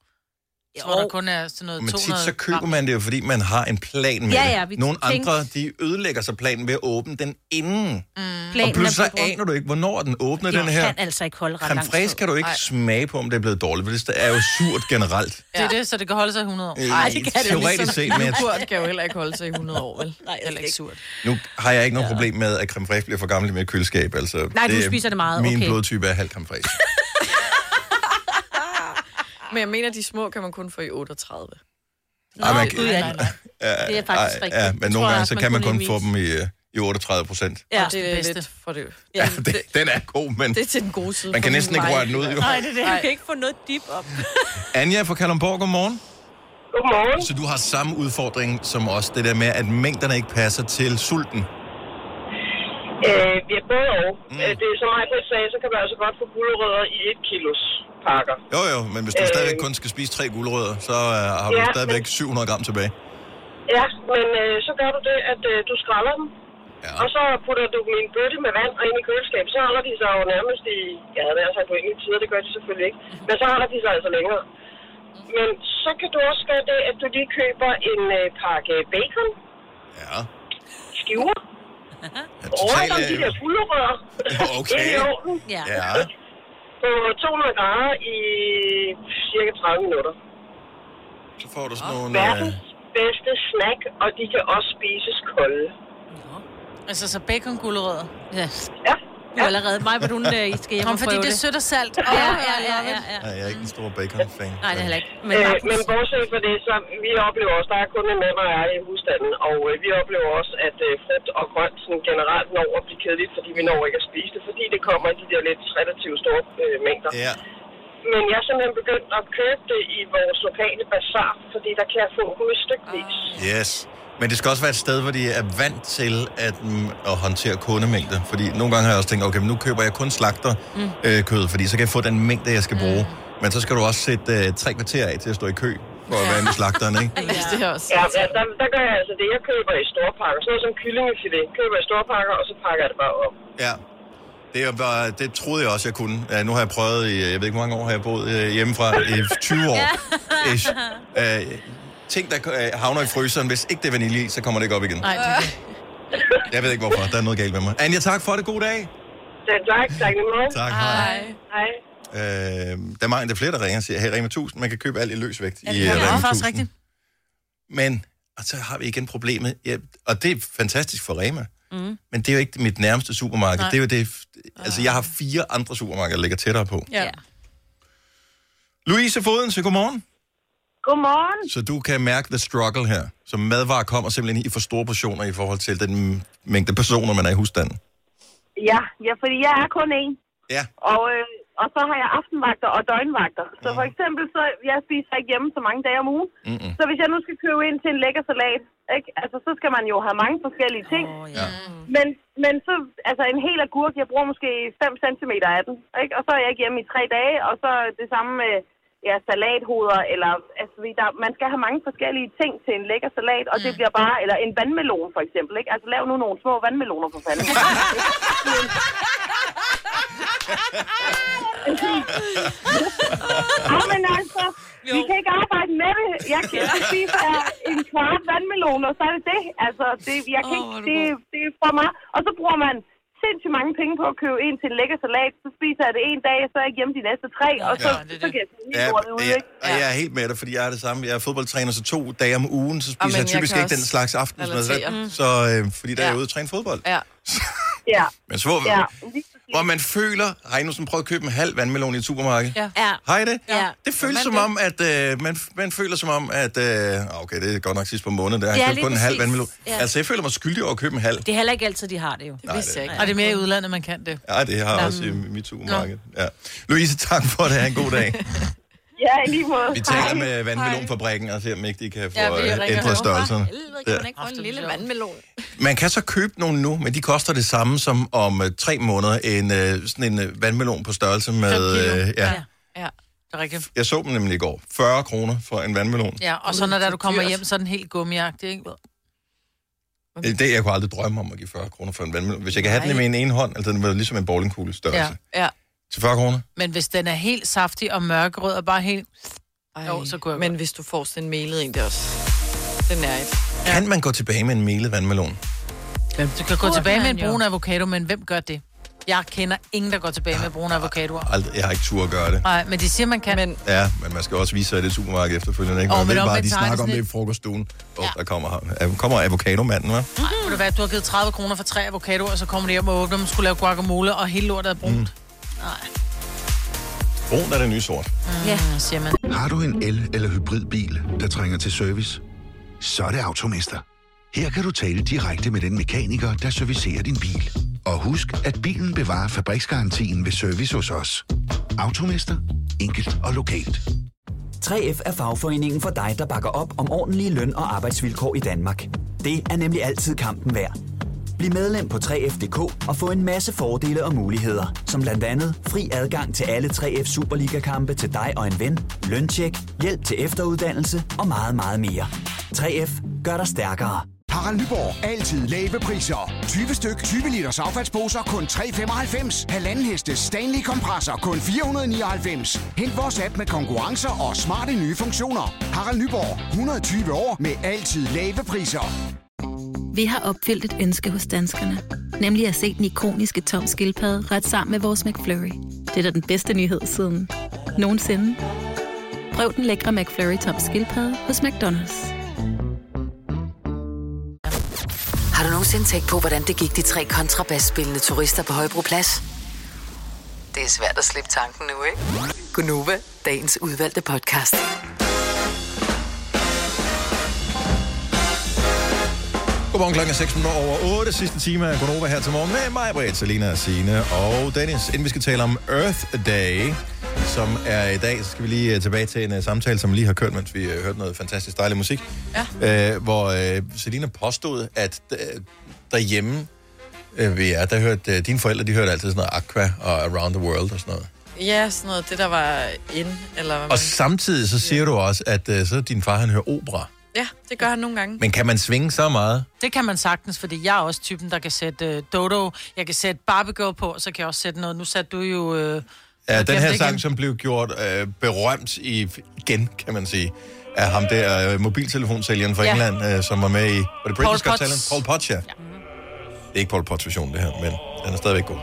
B: Jeg tror, der kun er sådan noget
A: Men
B: 200
A: tit så køber
B: gram.
A: man det jo, fordi man har en plan med
B: Ja, ja, vi
A: det. Nogle
B: tænkte-
A: andre, de ødelægger så planen ved at åbne den inden. Mm.
D: Planen
A: og
D: er
A: pludselig så
D: blevet brugt.
A: aner du ikke, hvornår er den åbner,
D: Jeg
A: den her.
D: kan altså ikke holde ret
A: Creme
D: lang
A: fraiche
D: tid.
A: kan du ikke
D: Nej.
A: smage på, om det er blevet dårligt, for det er jo surt generelt.
B: Det er det, så det kan holde sig i 100 år.
A: Øh, Nej, det kan det teoretisk ikke.
D: ligesom-
A: set, men jeg-
C: Yoghurt kan jo heller ikke holde sig i 100 år, vel? Nej, heller ikke surt.
A: Nu har jeg ikke noget ja. problem med, at creme fraiche bliver for gammel i mit køleskab. Altså,
C: Nej, du
A: er-
C: spiser det meget,
A: Min
C: okay.
A: blodtype er halv creme fraiche.
C: Men jeg mener, de små kan man kun få i 38.
A: Ej, man,
C: Ud af den.
A: Ja,
C: Det er faktisk
A: ej,
C: rigtigt.
A: Ja,
C: Det
A: men
C: tror
A: nogle
C: jeg
A: gange,
C: også,
A: så
C: man
A: kan man
C: kunne
A: kun
C: lige
A: få dem i, øh, i 38 procent.
C: Ja,
B: Og det er
C: det er
B: bedste.
C: lidt for det.
A: Ja, det, den er god, men
C: Det er til den gode side.
A: Man kan
C: for
A: næsten ikke
C: mig.
A: røre den ud, jo.
D: Nej, det er det. Du
C: Nej.
D: kan ikke få noget dip op.
A: Anja fra Kalundborg, godmorgen.
G: Godmorgen.
A: Så du har samme udfordring som os, det der med, at mængderne ikke passer til sulten.
G: Øh, ja, både og. Mm. Det er som mig sagde, så kan man altså godt få gulerødder i et kilos pakker.
A: Jo jo, men hvis du
G: Øh.
A: stadigvæk kun skal spise tre gulerødder, så øh, har du
G: Ja,
A: stadigvæk 700 gram tilbage.
G: Ja, men øh, så gør du det, at øh, du skræller dem.
A: Ja.
G: Og så putter du dem i en bøtte med vand og ind i køleskabet. Så holder de sig jo nærmest i, ja, det er sagt på enkelte tider, det gør de selvfølgelig ikke. Men så holder de sig altså længere. Men så kan du også gøre det, at du lige køber en øh, pakke bacon.
A: Ja.
G: Skiver. Ja,
A: total,
G: om de
A: øh,
G: der gulerødder.
A: okay.
G: ind i ovnen.
A: Ja.
G: På 200 grader i cirka 30 minutter.
A: Så får du sådan nogle... Øh,
G: Verdens bedste snack, og de kan også spises kolde.
B: Altså, så bacon gulerødder.
D: Ja.
G: ja.
D: Du er allerede mig, hvor du øh, I skal hjem
B: Nå,
D: og
B: fordi
D: prøve
B: det er sødt og salt.
D: Ja, ja, ja, ja, ja.
A: nej, jeg er ikke en stor bacon-fan.
D: Nej, det er heller ikke.
G: Men, øh, men bortset fra det, så vi oplever også, der er kun en mand og jeg i husstanden, og øh, vi oplever også, at øh, frugt og grønt sådan generelt når at blive kedeligt, fordi vi når ikke at spise det, fordi det kommer i de der lidt relativt store øh, mængder.
A: Ja.
G: Men jeg er simpelthen begyndt at købe det i vores lokale bazar, fordi der kan jeg få dem i stykvis.
A: Yes. Men det skal også være et sted, hvor de er vant til at, mm, at håndtere kundemængde. Fordi nogle gange har jeg også tænkt, okay, men nu køber jeg kun slagter mm. øh, kød, fordi så kan jeg få den mængde, jeg skal bruge. Mm. Men så skal du også sætte øh, tre kvarter af til at stå i kø for at være med slagteren, ikke?
C: Ja. Det er også
G: Ja, ja der, der gør jeg altså det. Jeg køber i store pakker. Sådan noget som kyllingefilet. Køber i store pakker, og så pakker jeg det bare op.
A: Ja. Det, er bare, det troede jeg også, jeg kunne. Ja, nu har jeg prøvet i, jeg ved ikke, hvor mange år har jeg boet øh, hjemmefra, i 20 år. Ish. Øh, ting, der øh, havner i fryseren, hvis ikke det er vanilje, i, så kommer det ikke op igen.
B: Nej, det er det.
A: Jeg ved ikke, hvorfor. Der er noget galt med mig. Anja, tak for det. God dag.
G: Så tak. Tak lige meget.
A: Tak, hej.
G: Hej.
A: Øh, der er mange, der er flere, der ringer og siger, hey, Rema 1000, man kan købe alt i løsvægt
B: Ja,
A: i
B: det
A: øh,
B: er
A: Rema
B: faktisk
A: 1000.
B: rigtigt.
A: Men, og så har vi igen problemet, ja, og det er fantastisk for Rema,
D: Mm.
A: men det er jo ikke mit nærmeste supermarked.
B: Nej.
A: Nej. Det er jo det, altså jeg har fire andre supermarkeder, der ligger tættere på.
B: Ja.
A: Louise Foden, så godmorgen.
M: Godmorgen.
A: Så du kan mærke the struggle her. Så madvarer kommer simpelthen i for store portioner i forhold til den mængde personer, man er i husstanden.
M: Ja, ja, fordi jeg er kun én.
A: Ja.
M: Og, øh, og så har jeg aftenvagter og døgnvagter. Så for eksempel, så jeg spiser ikke hjemme så mange dage om ugen.
A: Mm. Mm-mm.
M: Så hvis jeg nu skal købe ind til en lækker salat, ikke? Altså, så skal man jo have mange forskellige ting. Oh,
A: ja.
M: men, men så, altså en hel agurk, jeg bruger måske 5 cm af den, ikke? Og så er jeg ikke hjemme i tre dage, og så det samme med ja, salathoveder, eller altså, fordi der, man skal have mange forskellige ting til en lækker salat, og mm. det bliver bare, eller en vandmelon for eksempel, ikke? Altså lav nu nogle små vandmeloner for fanden. Ja, men altså, vi kan ikke arbejde med det. Jeg kan ikke spise øh, en kvart vandmelon, og så er det det. Altså, det, jeg kan ikke, det, det er for meget. Og så bruger man sindssygt mange penge på at købe en til en lækker salat. Så spiser jeg det en dag, og så er jeg hjemme de næste tre, og så, så kan jeg tage
A: Ja,
M: ja, ud,
A: ja,
M: ikke?
A: og jeg er helt med dig, fordi jeg er det samme. Jeg er fodboldtræner, så to dage om ugen, så spiser
M: Amen,
A: Amen, jeg
M: jeg
A: typisk
M: kan
A: ikke den
M: også
A: slags aftensmad.
M: relatere.
A: Så, så øh, fordi der ja. er
M: Ja.
A: jeg ude og træne fodbold.
M: Ja. ja.
A: Men så,
M: ja.
A: ja. hvor man føler, har I nu sådan prøvet at købe en halv vandmelon i et supermarked?
M: Ja.
D: ja.
A: Har I det?
D: Ja.
A: Det føles som om, at øh, man, man føler som om, at... Øh, okay, det er godt nok sidst på måneden, der har
D: Ja,
A: jeg købt
D: lige
A: kun en halv
D: præcis.
A: vandmelon.
D: Ja.
A: Ja. Altså, jeg føler mig skyldig over at købe en halv.
D: Det er heller ikke altid, de har det jo.
A: Nej, vidste det er jeg ikke.
B: Og det er mere i udlandet, man kan det.
A: Ja, det har jeg også i mit supermarked. Ja. Louise, tak for det. Ha' en god dag.
M: Ja, i lige måde.
A: Vi
M: Hej.
A: taler med vandmelonfabrikken og ser, om ikke de kan få
C: Ja, vi
A: øh,
C: ringer
A: ændret
C: over.
A: størrelserne.
C: Helvede, kan man ikke få en lille vandmelon?
A: Man kan så købe nogle nu, men de koster det samme som om øh, tre måneder en øh, sådan en øh, vandmelon på størrelse med... Øh, ja.
B: Ja, det er rigtigt.
A: Jeg så dem nemlig i går. 40 kroner for en vandmelon.
B: Ja, og så når der, du kommer hjem, så er den helt gummiagtig, ikke?
A: Det, det, jeg kunne aldrig drømme om at give 40 kroner for en vandmelon. Hvis jeg kan have den med en ene hånd, altså den var ligesom en bowlingkugle størrelse.
B: Ja,
A: Ja.
B: ja.
A: Til 40 kroner?
B: Men hvis den er helt saftig og mørkerød og bare helt...
C: Ej, jo, så kunne jeg men hvis du får sådan en melet en, det er også... Den er et.
A: Kan man gå tilbage med en melet vandmelon?
B: Du kan gå tilbage med en brun avocado, men hvem gør det? Jeg kender ingen, der går tilbage med brune avocadoer.
A: Ald- Jeg har ikke tur at gøre det.
B: Nej, men de siger, man kan. Men,
A: Ja, men man skal også vise sig i det supermarked efterfølgende, ikke?
B: Åh,
A: Man
B: men
A: ved
B: om
A: bare,
B: man
A: de
B: tager det
A: snakker om
B: sådan
A: det i
B: lidt-
A: frokoststuen. Åh, oh, der kommer, ham. kommer avocadomanden, hva'?
B: Nej, ved du hvad, du har givet 30 kroner for tre avocadoer, og så kommer de hjem og åbner, man skulle lave guacamole, og hele lortet er brunt. Mm. Nej.
A: Brun er det nye sort.
B: Ja, siger man.
N: Har du en el- eller hybridbil, der trænger til service? Så er det Automester. Her kan du tale direkte med den mekaniker, der servicerer din bil. Og husk, at bilen bevarer fabriksgarantien ved service hos os. Automester. Enkelt og lokalt.
O: 3F er fagforeningen for dig, der bakker op om ordentlige løn- og arbejdsvilkår i Danmark. Det er nemlig altid kampen værd. Bliv medlem på 3F.dk og få en masse fordele og muligheder, som blandt andet fri adgang til alle 3F Superliga-kampe til dig og en ven, løntjek, hjælp til efteruddannelse og meget, meget mere. 3F gør dig stærkere.
P: Harald Nyborg. Altid lave priser. 20 styk, 20 liters affaldsposer kun 3,95. Halvanden heste Stanley kompresser kun 499. Hent vores app med konkurrencer og smarte nye funktioner. Harald Nyborg. 120 år med altid lave priser.
Q: Vi har opfyldt et ønske hos danskerne. Nemlig at se den ikoniske tom skildpadde ret sammen med vores McFlurry. Det er da den bedste nyhed siden nogensinde. Prøv den lækre McFlurry tom skildpadde hos McDonald's.
E: Har du nogensinde tænkt på, hvordan det gik de tre kontrabasspillende turister på Højbroplads? Det er svært at slippe tanken nu, ikke? Gunova, dagens udvalgte podcast.
A: Godmorgen klokken er 6 minutter over 8. Sidste time af Gunova her til morgen med mig, Britt, Selina, Signe og Dennis. Inden vi skal tale om Earth Day, som er i dag, så skal vi lige øh, tilbage til en uh, samtale, som vi lige har kørt, mens vi uh, hørte noget fantastisk dejlig musik. Ja. Uh, hvor uh, Selina påstod, at uh, derhjemme uh, vi er, der hørte uh, dine forældre, de hørte altid sådan noget Aqua og Around the World og sådan noget.
C: Ja, sådan noget. Det, der var in, eller hvad man...
A: Og samtidig så siger du også, at uh, så din far, han hører opera.
C: Ja, det gør han nogle gange.
A: Men kan man svinge så meget?
B: Det kan man sagtens, fordi jeg er også typen, der kan sætte uh, Dodo, jeg kan sætte Barbie Girl på, så kan jeg også sætte noget. Nu satte du jo... Uh,
A: Ja, den her sang, som blev gjort øh, berømt i, igen, kan man sige, af ham der øh, mobiltelefonsælgeren fra
B: Ja.
A: ja. England, øh, som var med i... Var det British
B: Paul
A: Got Talent?
B: Potts.
A: Paul Potts, ja. ja. Det er ikke Paul Potts version, det her, men den er stadigvæk god.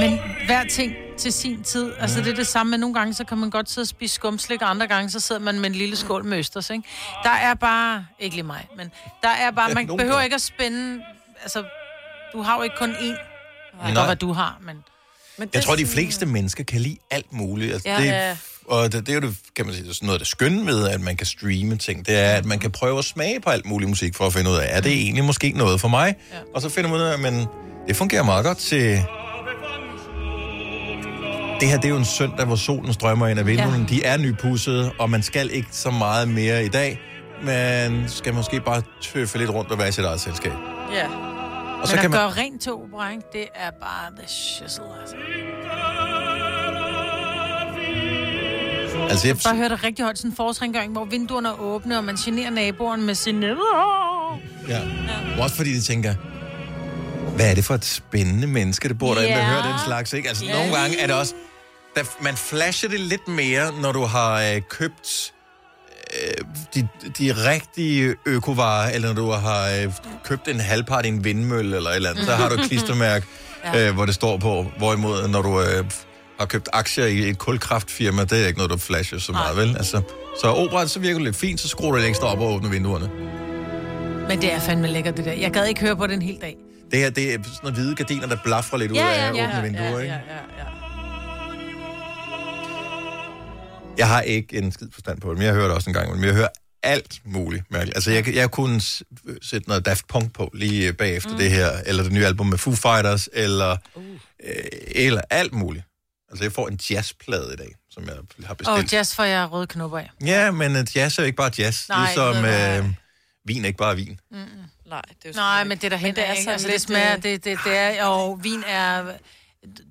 B: Men hver ting til sin tid. Altså, det er det samme, men nogle gange, så kan man godt sidde og spise skumslik, og andre gange, så sidder man med en lille skål med østers, ikke? Der er bare, ikke lige mig, men der er bare,
R: Ja,
B: man
R: nogen
B: behøver
R: gør.
B: ikke at spænde, altså, du har jo ikke kun én.
A: Nej.
B: Nej. Godt, hvad du har, men... men
A: Jeg tror, de fleste mennesker kan lide alt muligt. Altså,
B: Ja.
A: ja, det,
B: Ja.
A: ja. Og det, det er jo det, kan man sige, det er sådan noget af det skønne ved, at man kan streame ting. Det er, at man kan prøve at smage på alt mulig musik for at finde ud af, er det egentlig måske noget for mig? Mm. Ja. Og så finder man ud af, men det fungerer meget godt til... Det her, det er jo en søndag, hvor solen strømmer ind af vinduerne. Ja. De er nypudsede, og man skal ikke så meget mere i dag. Man skal måske bare tøffe lidt rundt og være i sit eget selskab.
B: Ja. Og så men kan man... gøre rent til opera, ikke? det er bare the shizzle, altså.
A: Altså,
B: Jeg
A: jeg,
B: bare hørte rigtig højt sådan en forårsrengøring, hvor vinduerne er åbne, og man generer naboen med sin næder.
A: Ja. Også fordi de tænker, hvad er det for et spændende menneske, der bor derinde, der
B: Ja.
A: hører den slags, ikke? Altså,
B: Ja.
A: nogle gange er det også... Der, man flasher det lidt mere, når du har øh, købt øh, de, de rigtige økovarer, eller når du har øh, købt en halvpart i en vindmølle eller et eller andet. Så har du et klistermærke,
S: Ja.
A: øh, hvor det står på. Hvorimod, når du øh, har købt aktier i et kulkraftfirma, det er ikke noget, du flasher så meget, vel? Altså, så operet, så virker det lidt fint, så skruer du lidt ekstra op og åbner vinduerne.
B: Men det er fandme lækkert, det der. Jeg gad ikke høre på den hele dag.
A: Det her, det er sådan nogle hvide gardiner, der blaffer lidt ud af åbne vinduer, ikke?
B: ja, ja, ja.
A: Jeg har ikke en skid forstand på det, men jeg hører det også en gang, men jeg hører alt muligt mærkeligt. Altså, jeg, jeg kunne s- sætte noget Daft Punk på lige øh, bagefter mm. det her, eller det nye album med Foo Fighters, eller, uh. øh, eller alt muligt. Altså, jeg får en jazzplade i dag, som jeg har
B: Og
A: bestilt. Oh,
B: jazz får jeg røde knopper af.
A: ja, men øh, jazz er jo ikke bare jazz.
B: Nej,
A: Nej, ligesom
B: det er
A: øh, vin er ikke bare vin.
C: Mm, Nej, det er jo
B: Nej, men det er der hen
C: det er
B: af, ikke?
C: sådan
B: Altså, det
C: lidt,
B: smager,
C: øh,
B: det, det, det er, og vin er...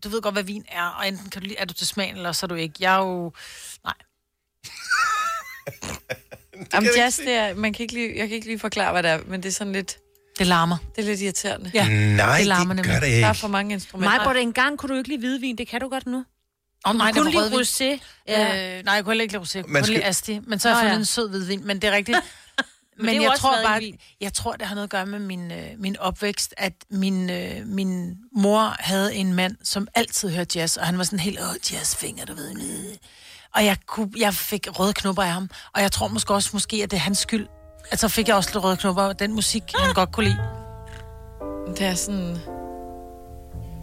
B: Du ved godt, hvad vin er, og enten kan du lide, er du til smagen, eller så er du ikke. Jeg er jo... Nej.
C: Jamen, jazz, det er, man kan ikke lige, jeg kan ikke lige forklare, hvad det er, men det er sådan lidt...
B: Det larmer.
C: Det er lidt irriterende.
B: Ja,
A: Nej,
B: det larmer
A: det
B: nemlig.
A: gør det ikke.
C: Der er for mange instrumenter.
D: Mig, en gang kunne du ikke lide hvidvin, det kan du godt nu.
B: Åh, nej,
D: Du
B: det
D: kunne
B: var
D: lide rosé.
B: Ja. Øh, nej, jeg kunne heller ikke lide rosé. Jeg kunne
D: Man
B: kun lide
D: skal-
B: asti. Men så har jeg
D: Nå,
B: fundet
D: ja.
B: en sød hvidvin, men det er rigtigt. men,
D: det er
B: men
D: jo
B: jeg
D: også
B: tror
D: været
B: bare,
D: en
B: jeg tror, det har noget at gøre med min, øh, min opvækst, at min, øh, min mor havde en mand, som altid hørte jazz, og han var sådan helt, åh, jazzfinger, du ved. øh." Og jeg, kunne, jeg fik røde knopper af ham, og jeg tror måske også, måske, at det er hans skyld. Altså fik jeg også lidt røde knopper af den musik, han godt kunne lide.
C: Det er sådan...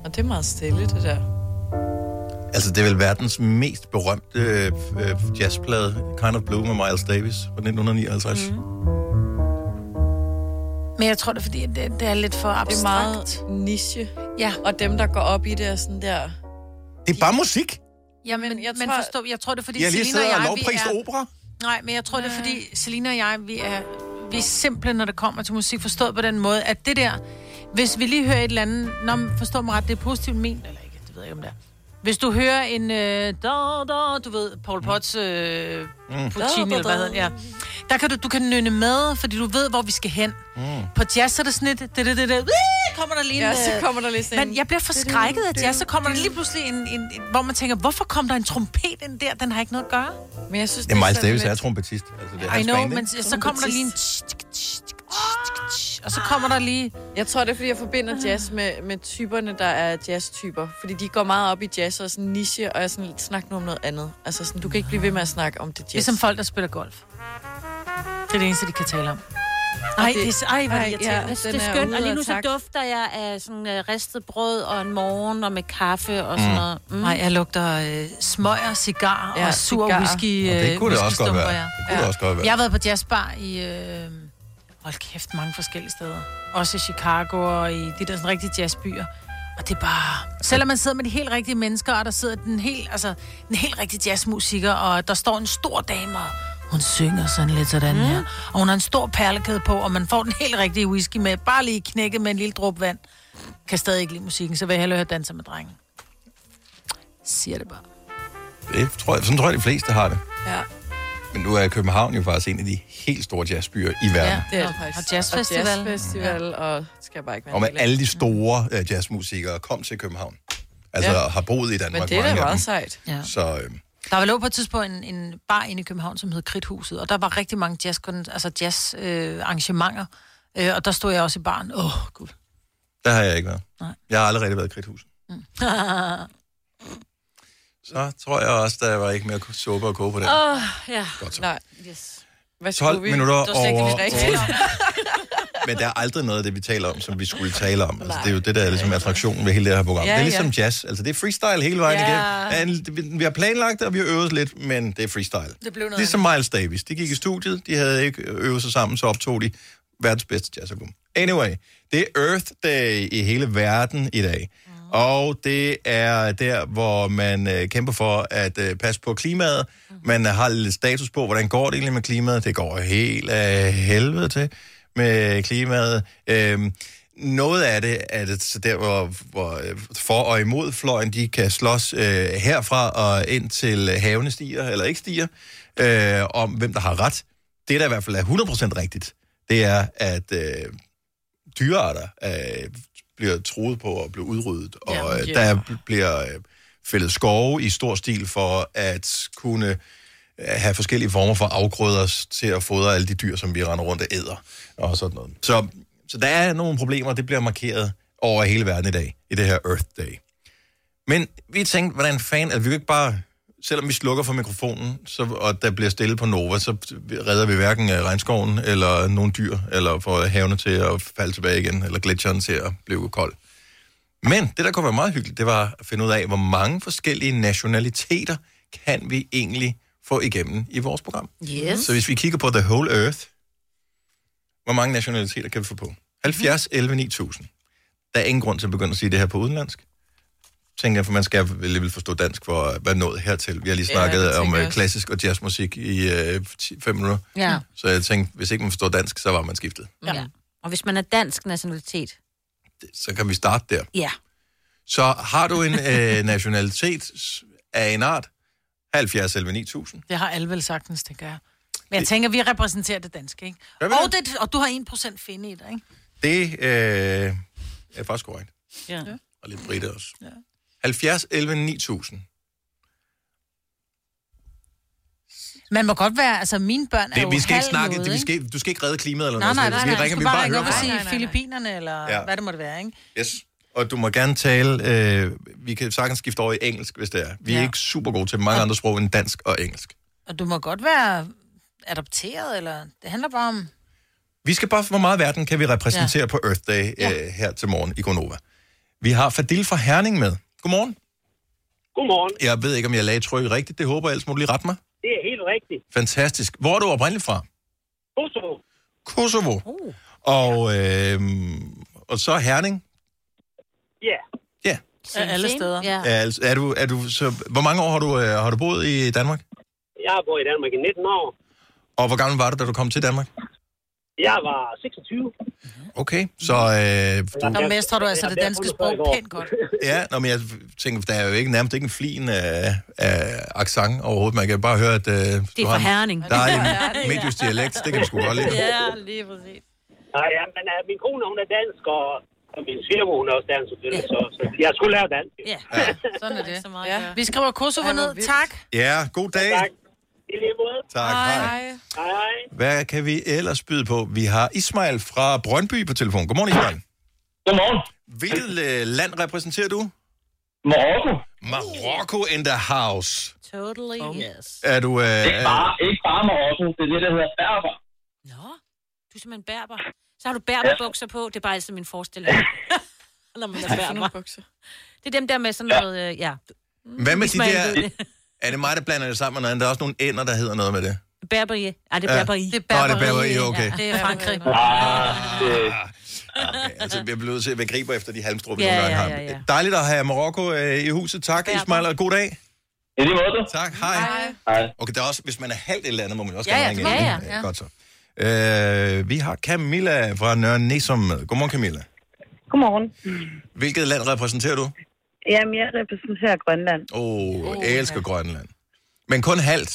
C: Og det er meget stille, det der.
A: Altså, det er vel verdens mest berømte øh, øh, jazzplade, Kind of Blue med Miles Davis fra 1959.
B: Mhm.
A: Mm.
B: Men jeg tror, det er fordi, det, det er lidt for abstrakt.
C: Det er meget niche.
B: Ja.
C: Og dem, der går op i det, er sådan der...
A: Det er bare musik.
B: Jamen, men jeg tror, men forstå, jeg tror, det er fordi,
A: Jeg har lige
B: Selina
A: siddet og
B: jeg,
A: lovprist opera.
B: Nej, men jeg tror, det er fordi, Selina og jeg, vi er, vi er simple, når det kommer til musik, forstået på den måde, at det der, hvis vi lige hører et eller andet, når man forstår mig ret, det er positivt ment, eller ikke, det ved jeg ikke, om det er. Hvis du hører en, øh, da, da, du ved, Paul Potts øh,
D: Mm.
B: Puccini,
D: Da, da,
B: eller hvad
D: da.
B: hedder det, ja. Der kan du, du kan nynne med, fordi du ved, hvor vi skal hen.
A: Mm.
B: På jazz er det sådan lidt... Det, det, det, det. Wii, kommer der lige en,
C: Ja, så
B: øh,
C: kommer der lige sådan en-
B: Men jeg bliver forskrækket af jazz, så kommer der lige pludselig en, en, en, hvor man tænker, hvorfor kom der en trompet ind der? Den har ikke noget at gøre.
C: Men jeg synes,
A: Det er Miles Davis, er trompetist. Altså, det er
B: I
A: hans
B: know,
A: band,
B: men
A: ikke?
B: så kommer der lige en... Og så kommer der lige... Ah.
C: Jeg tror, det er, fordi jeg forbinder jazz med, med typerne, der er jazztyper. Fordi de går meget op i jazz og sådan niche, og jeg er sådan lidt, snak nu om noget andet. Altså sådan, du kan ikke blive ved med at snakke om det jazz.
B: Ligesom folk, der spiller golf. Det er det eneste, de kan tale om. Ej, det, er- ej, hvor er det irriterende.
D: det er skønt, og lige nu så dufter jeg af sådan
B: øh,
D: uh, ristet brød og en morgen og med kaffe og sådan
B: Mm.
D: noget. Mm.
B: Nej, jeg lugter øh, smøger, cigar ja,
D: Ja,
B: og sur
D: cigar.
B: cigar. whisky.
A: Og det
B: øh,
A: kunne det også godt
B: whiskystumper,
A: være.
B: ja.
A: Det kunne det også godt være.
B: Jeg har været på jazzbar i... Øh, hold kæft, mange forskellige steder. Også i Chicago og i de der sådan rigtige jazzbyer. Og det er bare... Selvom man sidder med de helt rigtige mennesker, og der sidder den helt, altså, den helt rigtige jazzmusiker, og der står en stor dame og hun synger sådan lidt sådan mm. her. Og hun har en stor perlekæde på, og man får den helt rigtige whisky med. Bare lige knækket med en lille dråbe vand. Kan stadig ikke lide musikken, så vil jeg hellere høre danser med drengen. Siger det bare.
A: Det tror jeg, sådan tror jeg, de fleste har det.
C: Ja.
A: Men nu er København jo faktisk en af de helt store jazzbyer i verden. Ja.
C: det er det
B: Og-
C: faktisk.
B: og jazzfestival.
C: Og jazzfestival, ja. og skal jeg bare ikke være
A: Og med
C: en del af.
A: alle de store øh, jazzmusikere kom til København. Altså
B: Ja.
A: ja. har boet i Danmark.
B: Men det er da
A: mange af
B: meget
A: dem.
B: sejt. Ja.
A: Så øh,
B: Der var lå på et tidspunkt en, en bar inde i København, som hed Kridthuset, og der var rigtig mange jazz, altså jazz øh, arrangementer, øh, og der stod jeg også i baren. Åh, oh, gud.
A: der har jeg ikke været.
B: Nej.
A: Jeg har aldrig rigtig været i Kridthuset. Så tror jeg også, der var ikke mere suppe og koge på den.
C: Åh,
D: ja.
A: Godt så.
C: Nej. Yes. Hvad
A: 12
C: skulle vi?
A: minutter
C: Det var slet ikke
A: over
C: det, vi talte
A: otte.
C: om.
A: Men der er aldrig noget af det, vi taler om, som vi skulle tale om. Altså, det er jo det, der er ligesom attraktionen ved hele det her program.
F: Ja,
A: Ja, det er ligesom
F: ja.
A: ja. jazz. Altså, det er freestyle hele vejen
F: Ja.
A: ja. igennem. Ja, en- Vi har planlagt, og vi har øvet lidt, men det er freestyle.
B: Det blev noget
A: Ligesom Miles Davis. De gik i studiet, de havde ikke øvet sig sammen, så optog de verdens bedste jazzalbum. Anyway, det er Earth Day i hele verden i dag.
B: Mm.
A: Og det er der, hvor man øh, kæmper for at øh, passe på klimaet.
B: Mm.
A: Man øh, har lidt status på, hvordan går det egentlig med klimaet. Det går helt af helvede til med klimaet. Øhm, noget af det er det så der, hvor, hvor øh, for- og imod fløjen, de kan slås øh, herfra og ind til havene stiger, eller ikke stiger, øh, om hvem der har ret. Det, der i hvert fald er 100% rigtigt, det er, at øh, dyrearter øh, bliver troet på at blive udryddet, og
F: Ja,
A: øh,
F: ja.
A: der bl- bliver øh, fældet skove i stor stil for at kunne øh, have forskellige former for afgrøder s- til at fodre alle de dyr, som vi render rundt og æder og sådan noget. Så, så der er nogle problemer, det bliver markeret over hele verden i dag, i det her Earth Day. Men vi tænkte, hvordan fanden, at vi kan ikke bare, selvom vi slukker for mikrofonen, så, og der bliver stille på Nova, så redder vi hverken øh, regnskoven eller nogle dyr, eller får havene til at falde tilbage igen, eller gletsjeren til at blive kold. Men det, der kunne være meget hyggeligt, det var at finde ud af, hvor mange forskellige nationaliteter kan vi egentlig få igennem i vores program.
F: Yes.
A: Så hvis vi kigger på The Whole Earth, hvor mange nationaliteter kan vi få på? 70,
F: Mhm.
A: 11, 9000. Der er ingen grund til at begynde at sige det her på udenlandsk. Tænker jeg, for man skal alligevel forstå dansk for at være nået hertil. Vi har lige
F: Ja,
A: snakket
F: det
A: ja, om
F: tænker jeg
A: øh,
F: også.
A: klassisk og jazzmusik i 5 minutter.
D: Ja.
A: Så jeg tænkte, hvis ikke man forstår dansk, så var man skiftet.
D: Mm.
B: Mm.
D: ja. Og hvis man er dansk nationalitet,
A: Så kan vi starte der.
D: ja.
A: Så har du en øh, nationalitet af en art, 70 11 9000.
B: Det har alle vel sagtens, det gør. Men jeg tænker, vi repræsenterer det danske, ikke?
A: Gør
B: Og,
A: vi
B: det, og du har 1% finde i dig, ikke?
A: Det øh, er faktisk korrekt.
B: Ja.
A: Og lidt Britta også. Ja. 70, 11, 9000.
B: Man må godt være, altså mine børn er
A: Det,
B: jo
A: vi skal
B: halv
A: ikke snakke,
B: noget,
A: det, vi
B: ikke?
A: skal, du skal ikke redde klimaet eller
B: Nej,
A: noget.
B: nej, nej,
A: som helst. Vi
B: nej. Du
A: ringer
B: skal
A: mine
B: bare
A: børn
B: ringe
A: og
B: op og
A: hører
B: sige Filippinerne, eller
A: Ja.
B: hvad det måtte være, ikke?
A: fra. Yes. Og du må gerne tale, øh, vi kan sagtens skifte over i engelsk, hvis det er. Vi er
B: Ja.
A: ikke super gode til mange andre sprog end dansk og engelsk.
B: Og du må godt være adopteret, eller... Det handler bare om...
A: Vi skal bare, hvor meget verden kan vi repræsentere ja. på Earth Day øh, her til morgen i Gonova. Vi har Fadil fra Herning med. Godmorgen.
T: Godmorgen.
A: Jeg ved ikke, om jeg lagde tryk rigtigt. Det håber jeg, ellers må du lige rette mig.
T: Det er helt rigtigt.
A: Fantastisk. Hvor er du oprindeligt fra?
T: Kosovo.
A: Kosovo. Uh. Og, øh, og så Herning.
T: Ja.
A: Ja.
B: Af alle steder. Ja.
A: Er, altså- er du, er du, så, hvor mange år har du, øh, har du boet i Danmark?
T: Jeg har boet i Danmark i 19 år.
A: Og hvor gammel var du, da du kom til Danmark?
T: Jeg var 26.
A: Okay, så... Øh,
B: Der mestrer du altså det danske sprog pænt godt.
A: Ja, nå, men jeg tænker, der er jo ikke nærmest ikke en flin af, af accent overhovedet. Man kan bare høre, at... Øh, det er
T: fra Herning.
A: Der
T: Det er fra
A: er en
T: Herning, ja.
A: midtjysk dialekt, det kan du sgu godt lide.
T: Ja, lige præcis. Nej, ja, men uh, min kone, hun er dansk, og, og min svigermor, hun er også dansk, selvfølgelig, så, så jeg skulle lære dansk.
B: Ja, sådan er det. Ja. Vi skriver Kosovo
T: Ej, hvor
B: ned.
T: vildt.
B: Tak.
A: Ja, god dag.
T: Tak. I lige måde.
A: Tak, hej.
T: Hej.
A: Hvad kan vi ellers byde på? Vi har Ismail fra Brøndby på telefon. Godmorgen, Ismail.
T: Godmorgen.
A: Hvilket øh, land repræsenterer du?
T: Marokko.
A: Marokko in the house.
D: Totally, oh. yes.
A: Er du... Øh,
D: Ikke bare-
T: ikke bare Marokko, det er det, der hedder Berber.
D: Du er simpelthen berber. Så har du berberbukser på. Det er bare altid min forestilling. Når man er berber. Det er dem der med sådan noget, øh, ja.
A: Hvad med de
D: Ismail ved
A: der...
D: det.
A: Er det mig, der blander det sammen med noget andet? Der er også nogle ender, der hedder noget med det.
D: Berberie. Ej, det
A: Ja.
D: er berberi.
A: Det er Nå, det er Ah, berberi, berberi, okay.
D: det er Frankrig.
A: Okay, altså, vi er blevet nødt til at være griber efter de halmstrå, vi
D: Ja,
A: nogle gange
D: ja,
A: har.
D: ja, ja.
A: Dejligt at have Marokko øh, i huset. Tak, Ismail, og god dag.
T: I lige måde.
A: Tak, hej.
T: Hej.
A: Okay, der er også, hvis man er halvt et eller andet, må man også
T: Ja,
A: gerne
T: ja,
A: ringe
T: det må
A: ind,
T: man.
A: ikke?
T: Ja, ja.
A: Godt så. Øh, vi har Camilla fra Nørre Nesum med. Godmorgen, Camilla.
M: Godmorgen.
A: Hvilket land repræsenterer du?
M: Jamen, jeg repræsenterer Grønland.
A: Åh, oh, jeg elsker Grønland. Men kun halvt.